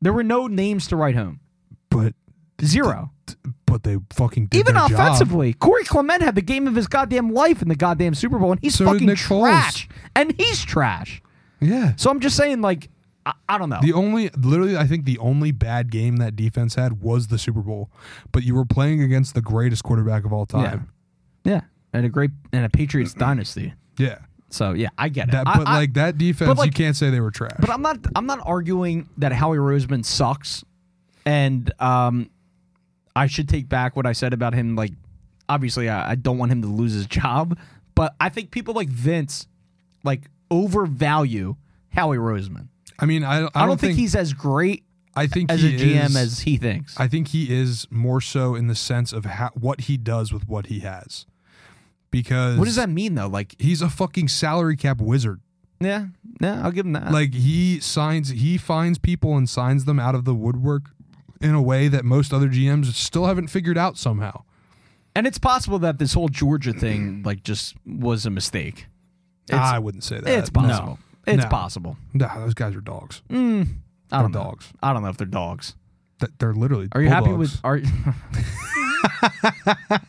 There were no names to write home. but Zero. but they fucking did Even their job. offensively, Corey Clement had the game of his goddamn life in the goddamn Super Bowl, and he's So did fucking Nick Foles. trash. And he's trash. Yeah. So I'm just saying, like, I, I don't know. The only, literally, I think the only bad game that defense had was the Super Bowl. But you were playing against the greatest quarterback of all time. yeah, and a great and a Patriots dynasty. Yeah. So yeah, I get it. That, I- but I- like that defense, like- you can't say they were trash. But I'm not. I'm not arguing that Howie Roseman sucks, and um, I should take back what I said about him. Like, obviously, I, I don't want him to lose his job, but I think people like Vince, like, overvalue Howie Roseman. I mean, I, I, don't, I, don't think, he's as great I think as a he GM is- as he thinks. I think he is more so in the sense of how, what he does with what he has. Because what does that mean though? Like, He's a fucking salary cap wizard. yeah, yeah, I'll give him that. Like he signs, he finds people and signs them out of the woodwork in a way that most other GMs still haven't figured out somehow. and it's possible that this whole Georgia thing, like, just was a mistake. It's, I wouldn't say that. it's possible. It's Uh, No. possible. Nah, those guys are dogs. I don't They're know. dogs. I don't know if they're dogs. Th- They're literally. Are you happy with? bulldogs. Are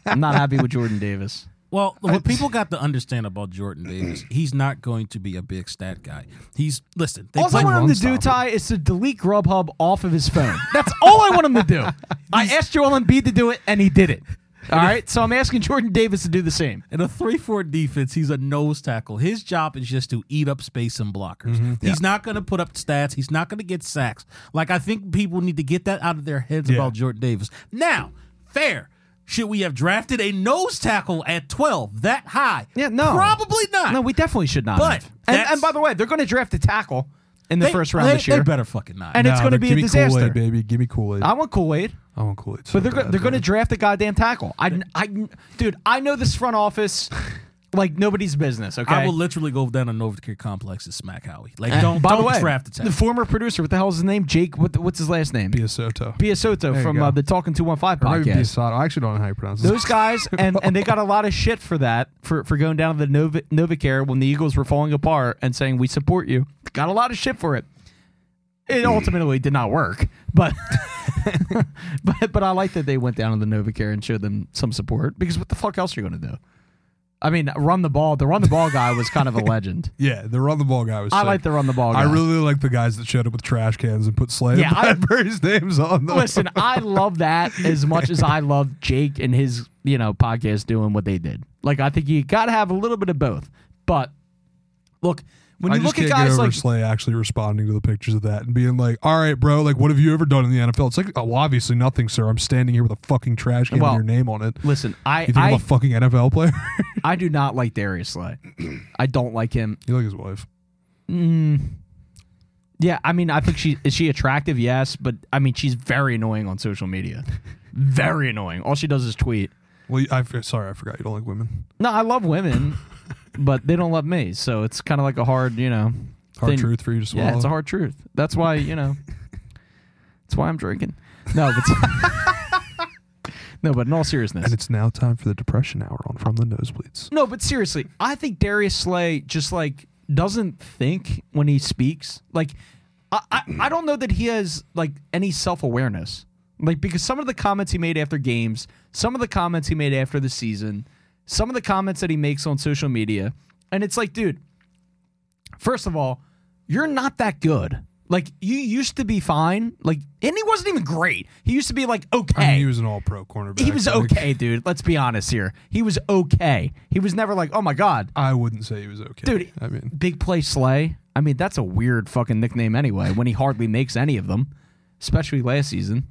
I'm not happy with Jordan Davis. Well, what people got to understand about Jordan Davis, he's not going to be a big stat guy. He's listen. They All I play- want him to do, Ty, is to delete Grubhub off of his phone. That's all I want him to do. I asked Joel Embiid to do it, and he did it. All right, so I'm asking Jordan Davis to do the same. In a 3 4 defense, he's a nose tackle. His job is just to eat up space and blockers. Mm-hmm. He's not going to put up stats. He's not going to get sacks. Like, I think people need to get that out of their heads about Jordan Davis. Now, fair. Should we have drafted a nose tackle at 12 that high? Yeah, no, Probably not. No, we definitely should not. But have. and, that's- and by the way, they're going to draft a tackle in the They- first round they- this year, They better fucking not. and it's Nah, going to they're- be a give me disaster. Kool-Aid, baby. Give me Kool Aid. I want Kool Aid. I want Kool Aid. But they're go- they're going to draft a goddamn tackle. I, I, dude, I know this front office like nobody's business. Okay, I will literally go down an overcare complex and smack Howie. Like, don't, By don't the way, draft the tackle. former producer, what the hell is his name? Jake. What, what's his last name? be a Soto. Pia Soto you from go. uh, the Talking Two One Five Or maybe be a podcast. Soto. I actually don't know how you pronounce it. Those guys, and, and they got a lot of shit for that, for, for going down to the Nova, Novacare when the Eagles were falling apart and saying, We support you. Got a lot of shit for it. It ultimately did not work, but but but I like that they went down to the Novacare and showed them some support because what the fuck else are you going to do? I mean, run the ball. The run the ball guy was kind of a legend. Yeah, the run the ball guy was. I sick. like the run the ball guy. I really like the guys that showed up with trash cans and put Slade Yeah, yeah, I- Bradbury's names on them. Listen, I love that as much as I love Jake and his, you know, podcast doing what they did. Like I think you got to have a little bit of both. But look, when I you look just can't at get guys over like Slay actually responding to the pictures of that and being like, "All right, bro, like, what have you ever done in the NFL?" It's like, "Oh, well, obviously nothing, sir. I'm standing here with a fucking trash can Well, with your name on it. You Listen, I think I, am a I, fucking NFL player?" I do not like Darius Slay. I don't like him. you like his wife? Yeah, I mean, I think she is she attractive, yes, but I mean, she's very annoying on social media. Very annoying. All she does is tweet. Well, you- I f- sorry, I forgot you don't like women. No, I love women, but they don't love me. So it's kind of like a hard, you know, hard then- truth for you to swallow. Yeah, it's a hard truth. That's why you know. that's why I'm drinking. No, but no, but in all seriousness, and it's now time for the depression hour on From the Nosebleeds. no, but seriously, I think Darius Slay just like doesn't think when he speaks. Like, I I, I don't know that he has like any self awareness. Like because some of the comments he made after games, some of the comments he made after the season, some of the comments that he makes on social media, and it's like, dude, first of all, you're not that good. Like you used to be fine. Like and he wasn't even great. He used to be like okay. I mean, he was an all pro cornerback. He was like, okay, dude. Let's be honest here. He was okay. He was never like, oh my god, I wouldn't say he was okay. Dude, I mean, big play Slay. I mean, that's a weird fucking nickname anyway. When he hardly makes any of them, especially last season.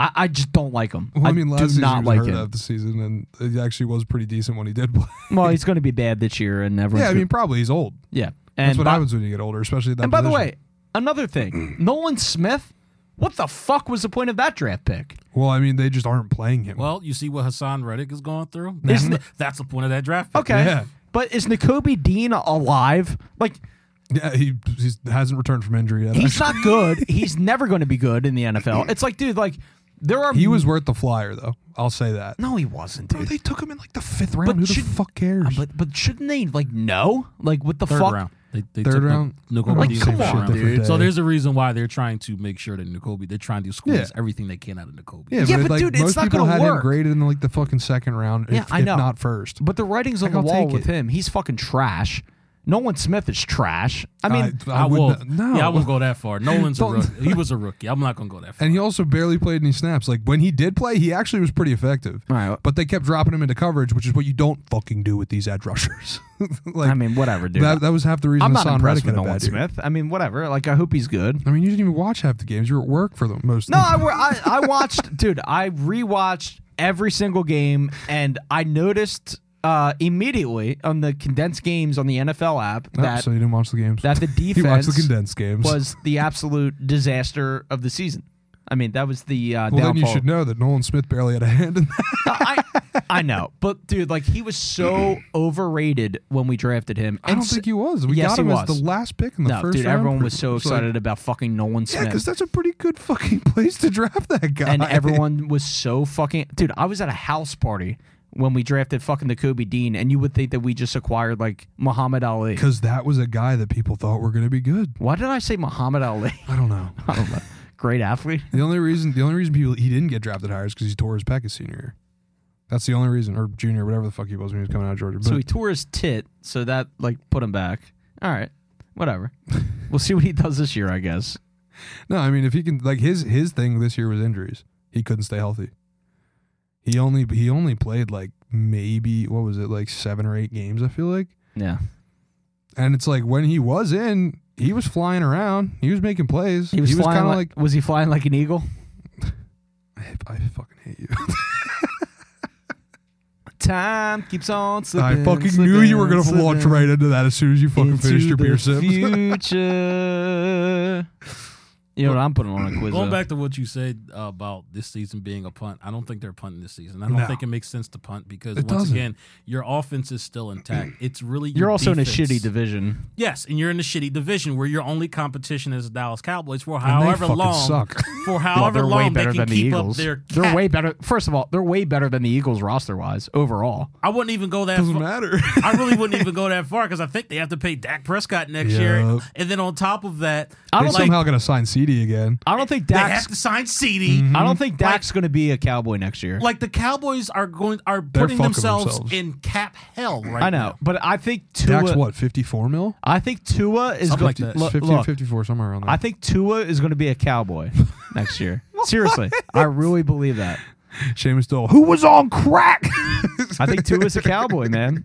I, I just don't like him. well, I, mean, last do season not he was like hurt him. out the season, and it actually was pretty decent when he did play. Well, he's going to be bad this year, and everyone's yeah, I gonna- mean, probably he's old. yeah. And That's what by, happens when you get older, especially at that. And by the position. way, another thing, Nolan Smith. What the fuck was the point of that draft pick? well, I mean, they just aren't playing him. Well, you see what Hassan Reddick is going through. Isn't That's, that's the point of that draft. pick. Okay, Yeah. but is N'Kobe Dean alive? Like, yeah, he he's, hasn't returned from injury yet. He's not good. He's never going to be good in the NFL. It's like, dude, like there are. he was worth the flyer, though. I'll say that. no, he wasn't, dude. they took him in like the fifth round. But Who the should- Ah, fuck cares? but but shouldn't they like know? Like what the Third fuck? round. They, they Third took Nic- round? Nicole Like, Bede's come third on, round. dude. Different So day. there's a reason why they're trying to make sure that Nicole, they're trying to squeeze Yeah. everything they can out of Nicole. Yeah, Yeah, but, but like, dude, it's most not people gonna had him work. graded in like the fucking second round. Yeah, if, I know. If not first. But the writing's on Like, the I'll wall take with it. him. He's fucking trash. Nolan Smith is trash. I Uh, mean, I, would will. not- No. Yeah, I won't go that far. Nolan's a Don't- rookie. He was a rookie. I'm not gonna go that far. and he also barely played any snaps. Like when he did play, he actually was pretty effective. Right. But they kept dropping him into coverage, which is what you don't fucking do with these edge rushers. like I mean, whatever, dude. that, that was half the reason I'm not Hassan impressed Reddick with had a Nolan bad year. Smith. I mean, whatever. Like I hope he's good. I mean, you didn't even watch half the games. You were at work for the most. No, of them. I, were- I I watched, dude. I rewatched every single game, and I noticed uh, immediately on the condensed games on the NFL app Oh, that so you didn't watch the games. that the he watched the defense condensed games. was the absolute disaster of the season. I mean, that was the uh, well, then you downfall. should know that Nolan Smith barely had a hand in that. I, I know, but dude, like he was so overrated when we drafted him. I don't And s- think he was. We Yes, got he him as was. the last pick in the no, first dude, round. everyone for- was so it's like, excited about fucking Nolan yeah, Smith, because that's a pretty good fucking place to draft that guy. and everyone was so fucking. Dude, I was at a house party when we drafted fucking the Kobe Dean, and you would think that we just acquired like Muhammad Ali. because that was a guy that people thought were going to be good. Why did I say Muhammad Ali? I don't know. I don't know. Great athlete. The only reason the only reason people he didn't get drafted higher is because he tore his pec his senior year. That's the only reason, or junior, whatever the fuck he was when he was coming out of Georgia. But So he tore his tit, so that like put him back. All right, whatever. we'll see what he does this year, I guess. no, I mean if he can, like his his thing this year was injuries. He couldn't stay healthy. He only he only played like maybe what was it like seven or eight games. I feel like, Yeah, and it's like when he was in, he was flying around. He was making plays. he was, kind flying of like, was he flying like an eagle? like I fucking hate you. Time keeps on slipping. I fucking knew you were gonna launch right into that as soon as you fucking finished your beer sip. Future. You know what I'm putting on a quiz. Going though. back to what you said about this season being a punt, I don't think they're punting this season. I don't No. think it makes sense to punt because It once doesn't. again, your offense is still intact. It's really your You're also in a defense. shitty division. Yes, and you're in a shitty division where your only competition is the Dallas Cowboys for And they however fucking long. suck. For however they're way long they better can than the keep up Eagles. their. They're cap. way better. First of all, they're way better than the Eagles roster wise overall. I wouldn't even go that. Doesn't far. matter. I really wouldn't even go that far because I think they have to pay Dak Prescott next year, Yup. and then on top of that, I They don't like, somehow gonna sign CD again. I don't think they have Dak's. Mm-hmm. to Mm-hmm. sign CD. I don't think Dak's going to be a Cowboy next year. Like the Cowboys are going are putting fucking themselves, themselves. in cap hell right I now. know, but I think Tua. Dak's what, 54 mil? I think Tua is Something going like to that. look. 50, look, 54, somewhere around there. I think Tua is going to be a cowboy next year. Seriously, I really believe that. Seamus Dole, who was on crack? I think Tua's a cowboy, man.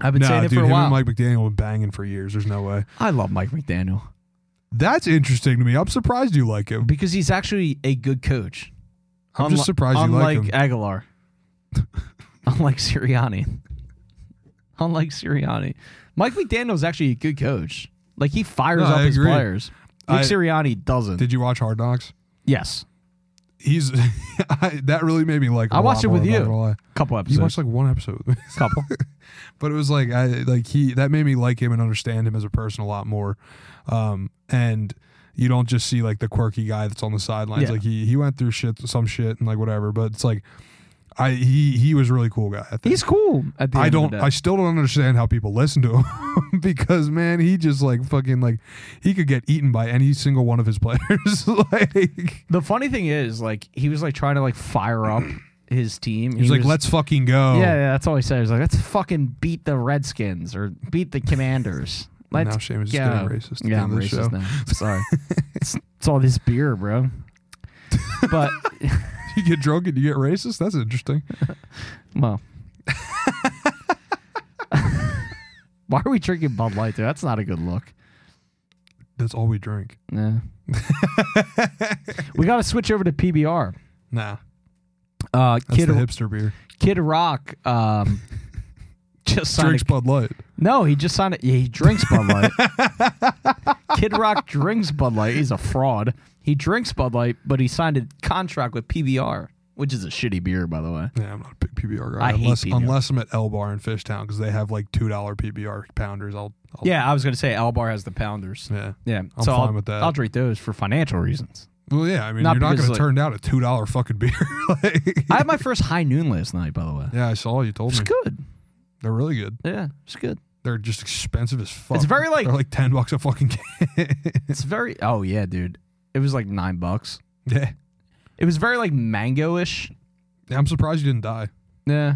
I've been nah, saying it dude, for a him while. and Mike McDaniel were banging for years. There's no way. I love Mike McDaniel That's interesting to me. I'm surprised you like him. because he's actually a good coach. I'm just Unli- surprised you like unlike him. Aguilar, unlike Sirianni, unlike Sirianni, Mike McDaniel's actually a good coach. Like he fires No, up I his agree. players. Nick I- Sirianni doesn't. Did you watch Hard Knocks? yes, he's I, that really made me like. him I a lot watched it more, with I'm not you. gonna lie. Couple You episodes. watched like one episode, with me. couple. but it was like I like he that made me like him and understand him as a person a lot more. Um, and you don't just see like the quirky guy that's on the sidelines. Yeah. Like he he went through shit, some shit, and like whatever. But it's like I he he was a really cool guy. I think. He's cool. At the end I of don't. the day. I still don't understand how people listen to him because man, he just like fucking like he could get eaten by any single one of his players. like The funny thing is, like, he was like trying to like fire up his team. he was like, "Let's fucking go." Yeah, yeah, that's all he said. He was like, let's fucking beat the Redskins or beat the Commanders. Let's now Shane is go. just getting racist. at the Yeah, end I'm of the racist show. now. Sorry. it's, it's all this beer, bro. But you get drunk and you get racist. That's interesting. well, why are we drinking Bud Light? Dude, that's not a good look. That's all we drink. Yeah. we got to switch over to PBR. Nah, Uh, that's Kid the hipster beer. Kid Rock um, just signed Drinks a Bud Light. No, he just signed it. Yeah, he drinks Bud Light. Kid Rock drinks Bud Light. He's a fraud. He drinks Bud Light, but he signed a contract with PBR, which is a shitty beer, by the way. Yeah, I'm not a big PBR guy. I hate unless PBR. unless I'm at L Bar in Fishtown because they have like two dollar PBR pounders. I'll, I'll Yeah, I was gonna say Albar has the pounders. yeah. Yeah, I'm so fine I'll, with that. I'll drink those for financial reasons. Well, yeah. I mean, Not you're not because, going to like- turn down a two dollar fucking beer. like, I had my first high noon last night, by the way. yeah, I saw you told It's me good. they're really good. Yeah, it's good. They're just expensive as fuck. It's very, like- they're like ten bucks a fucking can. It's very. Oh yeah, dude. It was like nine bucks. yeah. It was very like mango-ish. Yeah, I'm surprised you didn't die. Yeah,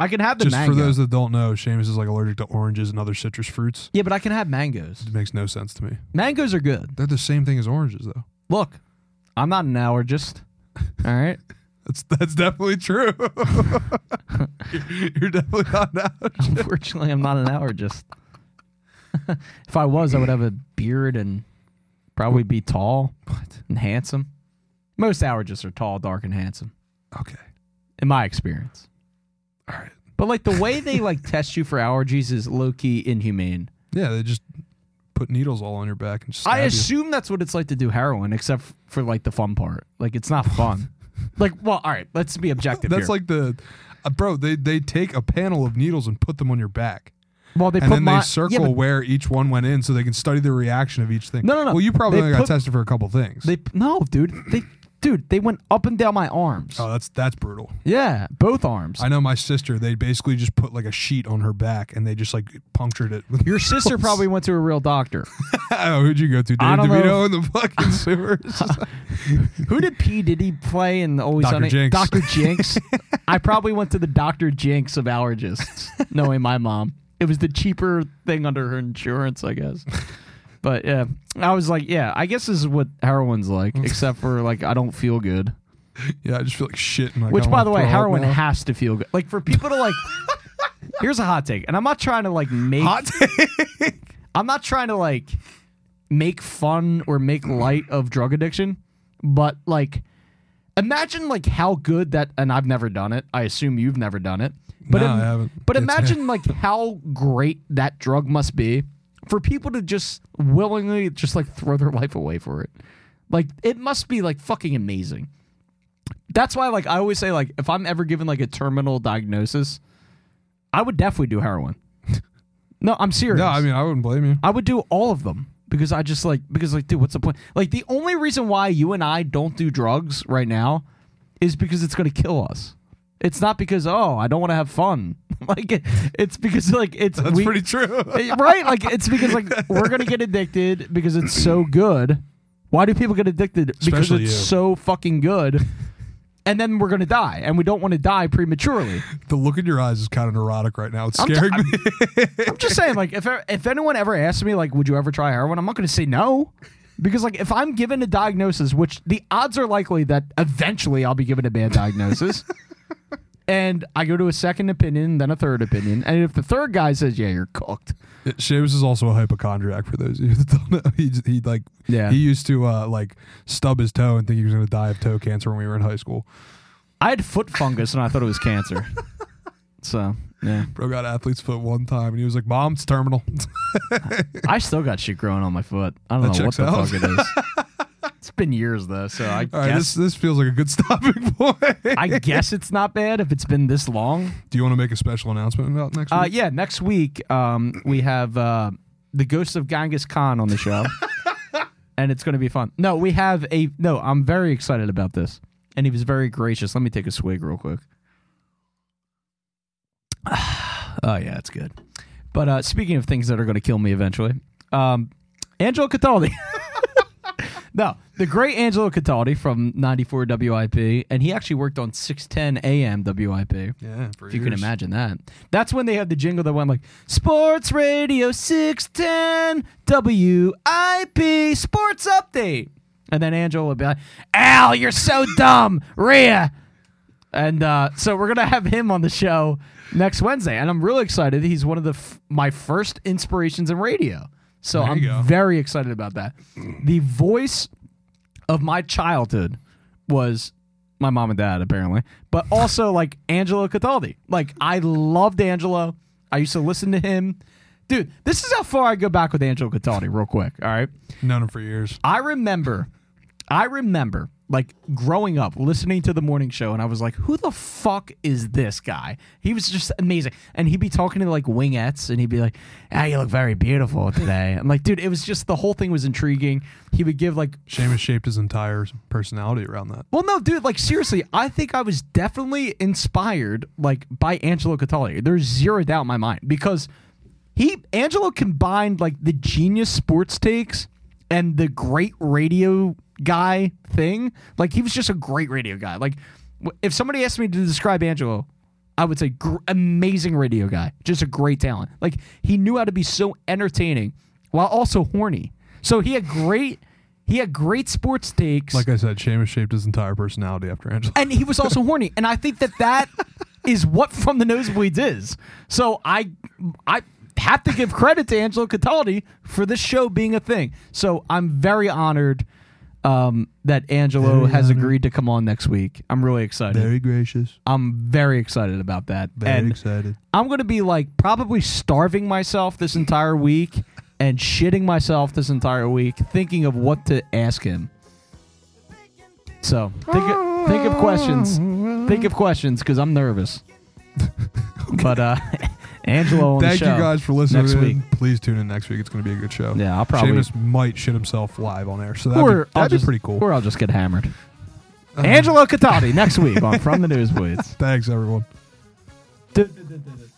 I can have the Just mango. for those that don't know, Seamus is like allergic to oranges and other citrus fruits. yeah, but I can have mangoes. It makes no sense to me. Mangoes are good. They're the same thing as oranges, though. Look, I'm not an allergist. All right. That's that's definitely true. you're, you're definitely not out. Unfortunately, I'm not an allergist. if I was, I would have a beard and probably be tall and handsome. Most allergists are tall, dark, and handsome, Okay. in my experience. All right. But like the way they like test you for allergies is low key inhumane. Yeah, they just put needles all on your back and just I stab you. assume that's what it's like to do heroin, except f- for like the fun part. Like it's not fun. like, well, all right, let's be objective. That's here. like the uh, bro. They they take a panel of needles and put them on your back, well, they and put then my, they circle Yeah, but where each one went in, so they can study the reaction of each thing. No, no, no. Well, you probably They only got put- tested for a couple things. They no, dude. They dude, they went up and down my arms. oh, that's that's brutal. Yeah, both arms. I know my sister. They basically just put like a sheet on her back, and they just like punctured it. With Your sister needles. probably went to a real doctor. oh, who'd you go to? I David don't DeVito know. in the fucking sewers. Who did P Diddy play in the Always Dr. Sunny? Jinx. Doctor Jinx. I probably went to the Doctor Jinx of allergists, knowing my mom. It was the cheaper thing under her insurance, I guess. But yeah, I was like, yeah, I guess this is what heroin's like, except for like I don't feel good. yeah, I just feel like shit. And, like, I Which, by wanna the way, throw up heroin now. has to feel good. Like for people to like, here's a hot take, and I'm not trying to like make hot. take. I'm not trying to like make fun or make light of drug addiction, but like imagine like how good that and I've never done it. I assume you've never done it. But No, im- I haven't. but It's- imagine like how great that drug must be for people to just willingly just like throw their life away for it. Like it must be like fucking amazing. That's why like I always say like if I'm ever given like a terminal diagnosis, I would definitely do heroin. No, I'm serious. No, I mean I wouldn't blame you. I would do all of them because I just like because like dude, what's the point? Like the only reason why you and I don't do drugs right now is because it's going to kill us. It's not because oh I don't want to have fun. like it, it's because like it's That's we- pretty true. right. Like it's because like we're going to get addicted because it's so good. Why do people get addicted? Because Especially it's you. so fucking good. And then we're going to die, and we don't want to die prematurely. The look in your eyes is kind of neurotic right now. It's I'm t- scaring I'm- me. I'm just saying, like, if if anyone ever asks me, like, would you ever try heroin? I'm not going to say no, because like, if I'm given a diagnosis, which the odds are likely that eventually I'll be given a bad diagnosis, and I go to a second opinion, then a third opinion, and if the third guy says, yeah, you're cooked, Yeah, Seamus is also a hypochondriac. For those of you that don't know, he j- he like Yeah. he used to uh, like stub his toe and think he was going to die of toe cancer when we were in high school. I had foot fungus and I thought it was cancer. So yeah, Bro got athlete's foot one time and he was like, "Mom, it's terminal." I still got shit growing on my foot. I don't That know what checks the out. fuck it is. It's been years though, so I All right, guess this this feels like a good stopping point. I guess it's not bad if it's been this long. Do you want to make a special announcement about next week? Uh, yeah, next week um, we have uh, the Ghosts of Genghis Khan on the show, and it's going to be fun. No, we have a no. I'm very excited about this, and he was very gracious. Let me take a swig real quick. oh yeah, it's good. But uh, speaking of things that are going to kill me eventually, um, Angelo Cataldi. No, the great Angelo Cataldi from 94 WIP, and he actually worked on 610 AM WIP. yeah, for If you can years. imagine that. That's when they had the jingle that went like Sports Radio 610 WIP Sports Update. And then Angela would be like, Al, you're so dumb. Rhea. And uh, so we're going to have him on the show next Wednesday. And I'm really excited. He's one of the f- my first inspirations in radio. So There I'm you go. very excited about that. The voice of my childhood was my mom and dad apparently, but also like Angelo Cataldi. Like I loved Angelo. I used to listen to him. Dude, this is how far I go back with Angelo Cataldi real quick, all right? Known him for years. I remember, I remember like growing up listening to the morning show, and I was like, who the fuck is this guy? He was just amazing. And he'd be talking to like wingettes, and he'd be like, ah, you look very beautiful today. I'm like, dude, it was just the whole thing was intriguing. He would give like Seamus shaped his entire personality around that. well, no, dude. Like seriously, I think I was definitely inspired, like by Angelo Cataldi. There's zero doubt in my mind because he Angelo combined like the genius sports takes and the great radio guy thing. Like he was just a great radio guy. Like w- if somebody asked me to describe Angelo, I would say gr- amazing radio guy, just a great talent. Like he knew how to be so entertaining while also horny. So he had great. He had great sports takes Like I said, Seamus shaped his entire personality after Angela. and he was also horny and i think that that is what from the nosebleeds is so i i have to give credit to angelo cataldi for this show being a thing so i'm very honored um, that angelo Very has honored. agreed to come on next week i'm really excited Very gracious. i'm very excited about that Very and excited. i'm going to be like probably starving myself this entire week and shitting myself this entire week thinking of what to ask him so think of, think of questions think of questions because I'm nervous. But uh, Angelo on Thank the you show. guys for listening. next week. Please tune in next week. It's going to be a good show. Yeah, I'll probably- Seamus might shit himself live on air, so that'd, Or be, I'll that'd be just- pretty cool. Or I'll just get hammered. Uh, Angelo Cataldi next week on From the Newsboys. Thanks, everyone. Du- du- du- du- du.